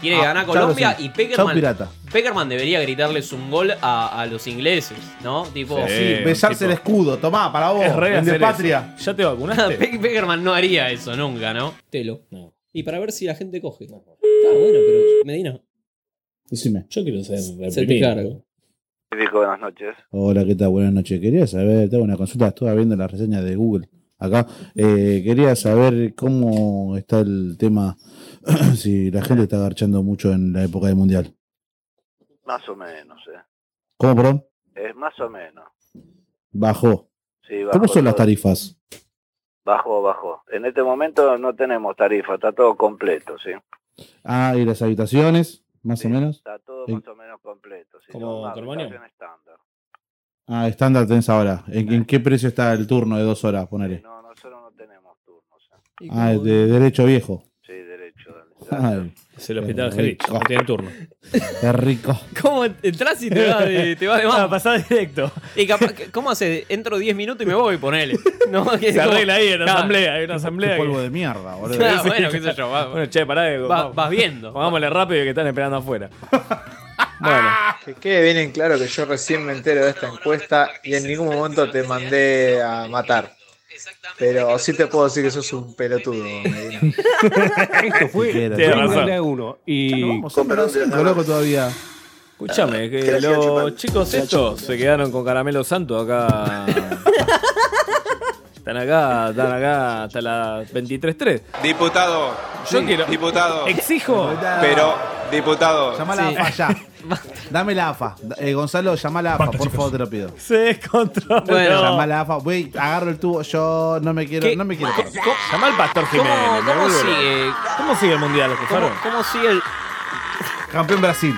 F: Tiene que
I: Ah,
F: ganar
I: chau,
F: Colombia
I: Brasil.
F: y
I: Chau,
F: Peckerman.
I: pirata.
F: Peckerman debería gritarles un gol a, a los ingleses, ¿no? Tipo.
I: sí, besarse el escudo. Tomá, para vos.
F: Es re
I: el de
F: hacer eso.
I: patria.
G: ¿Ya te
F: Pe- Peckerman no haría eso nunca, ¿no? Telo. Y para ver si la gente coge. Está bueno, pero Medina.
I: Decime.
V: Yo quiero ser
F: Se te cargo.
U: Dijo buenas noches.
I: Hola, ¿qué tal? Buenas noches. Quería saber, tengo una consulta, estuve viendo las reseñas de Google acá. Eh, quería saber cómo está el tema, si la gente está garchando mucho en la época del Mundial.
U: Más o menos, ¿eh?
I: ¿Cómo, perdón?
U: Es más o menos.
I: Bajó.
U: Sí, bajó
I: ¿Cómo son las
U: todo.
I: tarifas?
U: Bajó, bajó. En este momento no tenemos tarifa, está todo completo, ¿sí?
I: Ah, y las habitaciones, más o menos.
U: Está todo
I: Eh,
U: más o menos completo. ¿sí? Son habitaciones estándar.
I: Ah, estándar tenés ahora. ¿En, en qué precio está el turno de dos horas? Ponele.
U: No, nosotros no tenemos turnos. ¿eh?
I: Ah, el de derecho viejo.
U: Sí, derecho, dale.
I: Ay,
G: Es el hospital
I: qué
G: Angelich,
I: rico.
G: no tiene turno.
I: Qué rico.
F: ¿Cómo entras y te vas de, te vas de
G: Ah,
F: mano?
G: pasás directo.
F: Y capaz, que- ¿Cómo hace? Entro 10 minutos y me voy, ponele. No, que
G: Se
F: como-
G: arregla ahí en la
F: Claro.
G: asamblea, hay una asamblea.
I: Qué polvo de mierda, boludo.
F: Ah, bueno, qué sé yo, va-
G: Bueno, che, pará. que-
F: va-
G: vamos-
F: vas viendo.
G: Vámonos rápido que están esperando afuera.
K: Que quede bien en claro que yo recién me entero de esta encuesta y en ningún momento te mandé a matar. Pero sí te puedo decir que sos un pelotudo. Medina.
V: Esto fue
K: Siquiera,
V: tres
K: tenés razón.
V: goles a uno. Y.
I: loco todavía.
G: Escúchame, que los chicos estos se quedaron con Caramelo Santo acá. Están acá, están acá hasta las 23.3.
W: Diputados.
G: Yo quiero-
W: Diputados.
G: Exijo.
W: Pero, diputados.
I: Llama a la AFA ya. Dame la AFA. Da- eh, Gonzalo, llama a la AFA, por favor, te lo pido.
G: Se descontroló.
I: Bueno, llama a la AFA. Voy, agarro el tubo. Yo no me quiero. No me quiero.
G: Llama al pastor Jiménez. me
F: cómo
G: vuelvo loco.
F: sigue?
G: ¿Cómo sigue el mundial, Cufaro?
F: ¿Cómo, cómo sigue el.?
I: Campeón Brasil.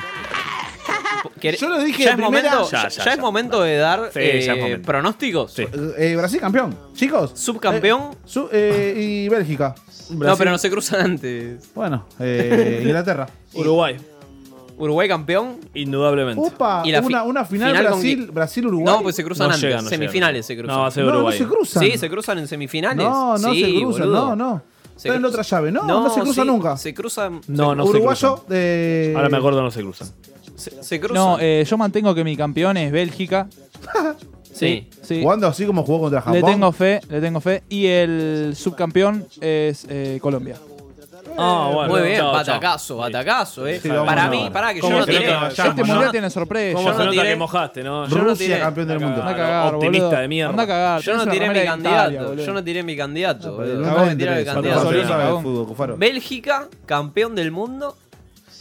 I: Yo lo dije
F: ¿Ya
I: de
F: es
I: primera.
F: momento,
I: Ya,
F: ya,
I: ya,
F: ya
I: ya.
F: es momento de dar
I: Sí, ya es
F: eh,
I: momento.
F: pronósticos.
I: Eh, Brasil campeón. Chicos.
F: Subcampeón.
I: Eh, su- eh, y Bélgica.
F: No, pero no se cruzan antes.
I: Bueno, eh, Inglaterra.
G: Uruguay.
F: Uruguay campeón.
G: Indudablemente.
I: Opa,
F: Y la fi-
I: una, una final,
F: final con
I: Brasil,
F: qui-
I: Brasil Uruguay.
F: No, pues se cruzan antes. semifinales se cruzan.
G: No, va a ser No, no Uruguay. se
I: cruzan.
F: Sí, se cruzan en semifinales.
I: No, no
F: Sí,
I: se cruzan,
F: boludo.
I: no, no.
F: Se
I: Está en la
F: cruz-
I: otra llave, no, no, se cruzan
F: sí,
I: nunca.
F: Se cruzan.
G: No, no se
I: Uruguayo,
G: cruzan.
I: eh,
G: Ahora me acuerdo, no se cruzan.
F: Se, se cruzan.
L: No, eh, yo mantengo que mi campeón es Bélgica.
F: Sí.
L: sí.
I: Jugando así como jugó contra Japón.
L: Le tengo fe, le tengo fe. Y el subcampeón es eh, Colombia.
G: Ah, bueno.
F: Muy bien,
G: chao,
F: batacazo, batacazo, eh.
G: Sí,
F: para
G: vamos,
F: mí,
G: vamos.
F: para que yo
G: ¿Cómo
F: no
G: se nota?
F: tiré.
G: Este Llamo, mundial ¿no?
L: tiene sorpresa.
G: ¿Cómo
F: Yo
G: se
F: no
G: nota
F: tiré-
G: que mojaste, no?
F: Yo no tiré.
I: del mundo.
L: Anda a cagar,
G: optimista
L: boludo.
G: de mierda.
L: Anda a cagar.
F: Yo no
L: Tenés una
F: tiré mi
L: remera de Italia,
F: candidato.
L: boludo.
F: Yo no tiré mi candidato. boludo.
I: No
F: Acabo de
I: me
F: tirar el
I: interesa,
F: candidato.
I: no me interesa el
F: Cagón.
I: fútbol, Cufaro.
F: Bélgica, campeón del mundo.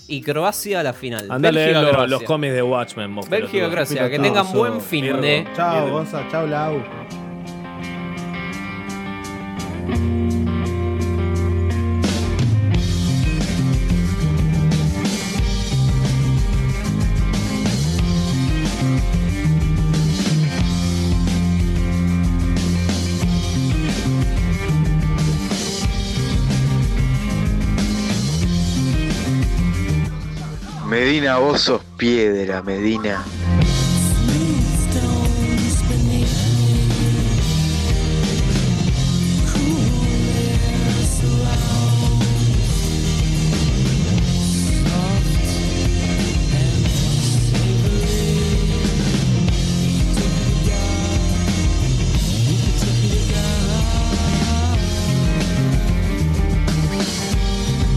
F: Y Croacia a la final.
G: Andá a leer
F: Bélgica,
G: los,
F: Croacia.
G: los cómics de Watchmen, vos.
F: Bélgica,
G: pelotudo.
F: Croacia, que tengan buen fin de.
I: Chao, Gonza, chao, Lau.
E: Medina, vos sos piedra, Medina.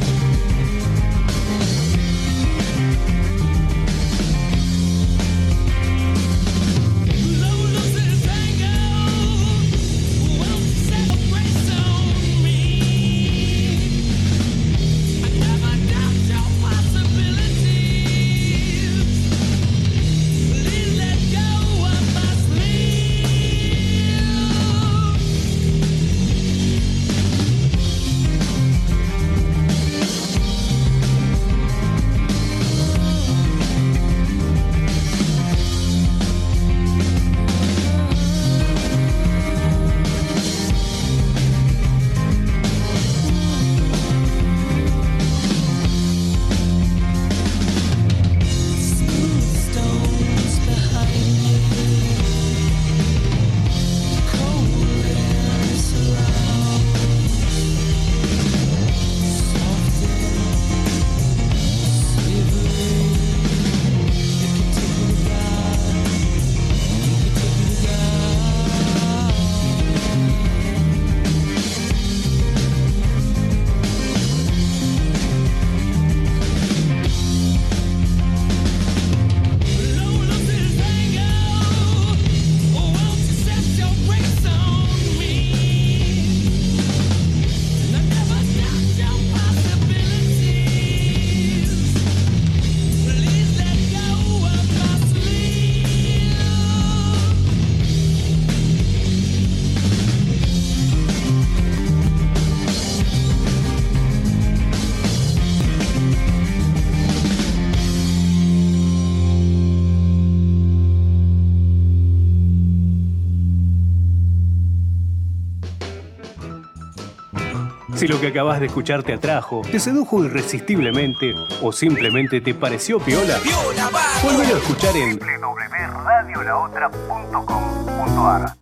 O: Thank
G: Si lo que acabas de escuchar te atrajo, te sedujo irresistiblemente o simplemente te pareció piola, vuélvelo a escuchar en www.radiolaotra.com.ar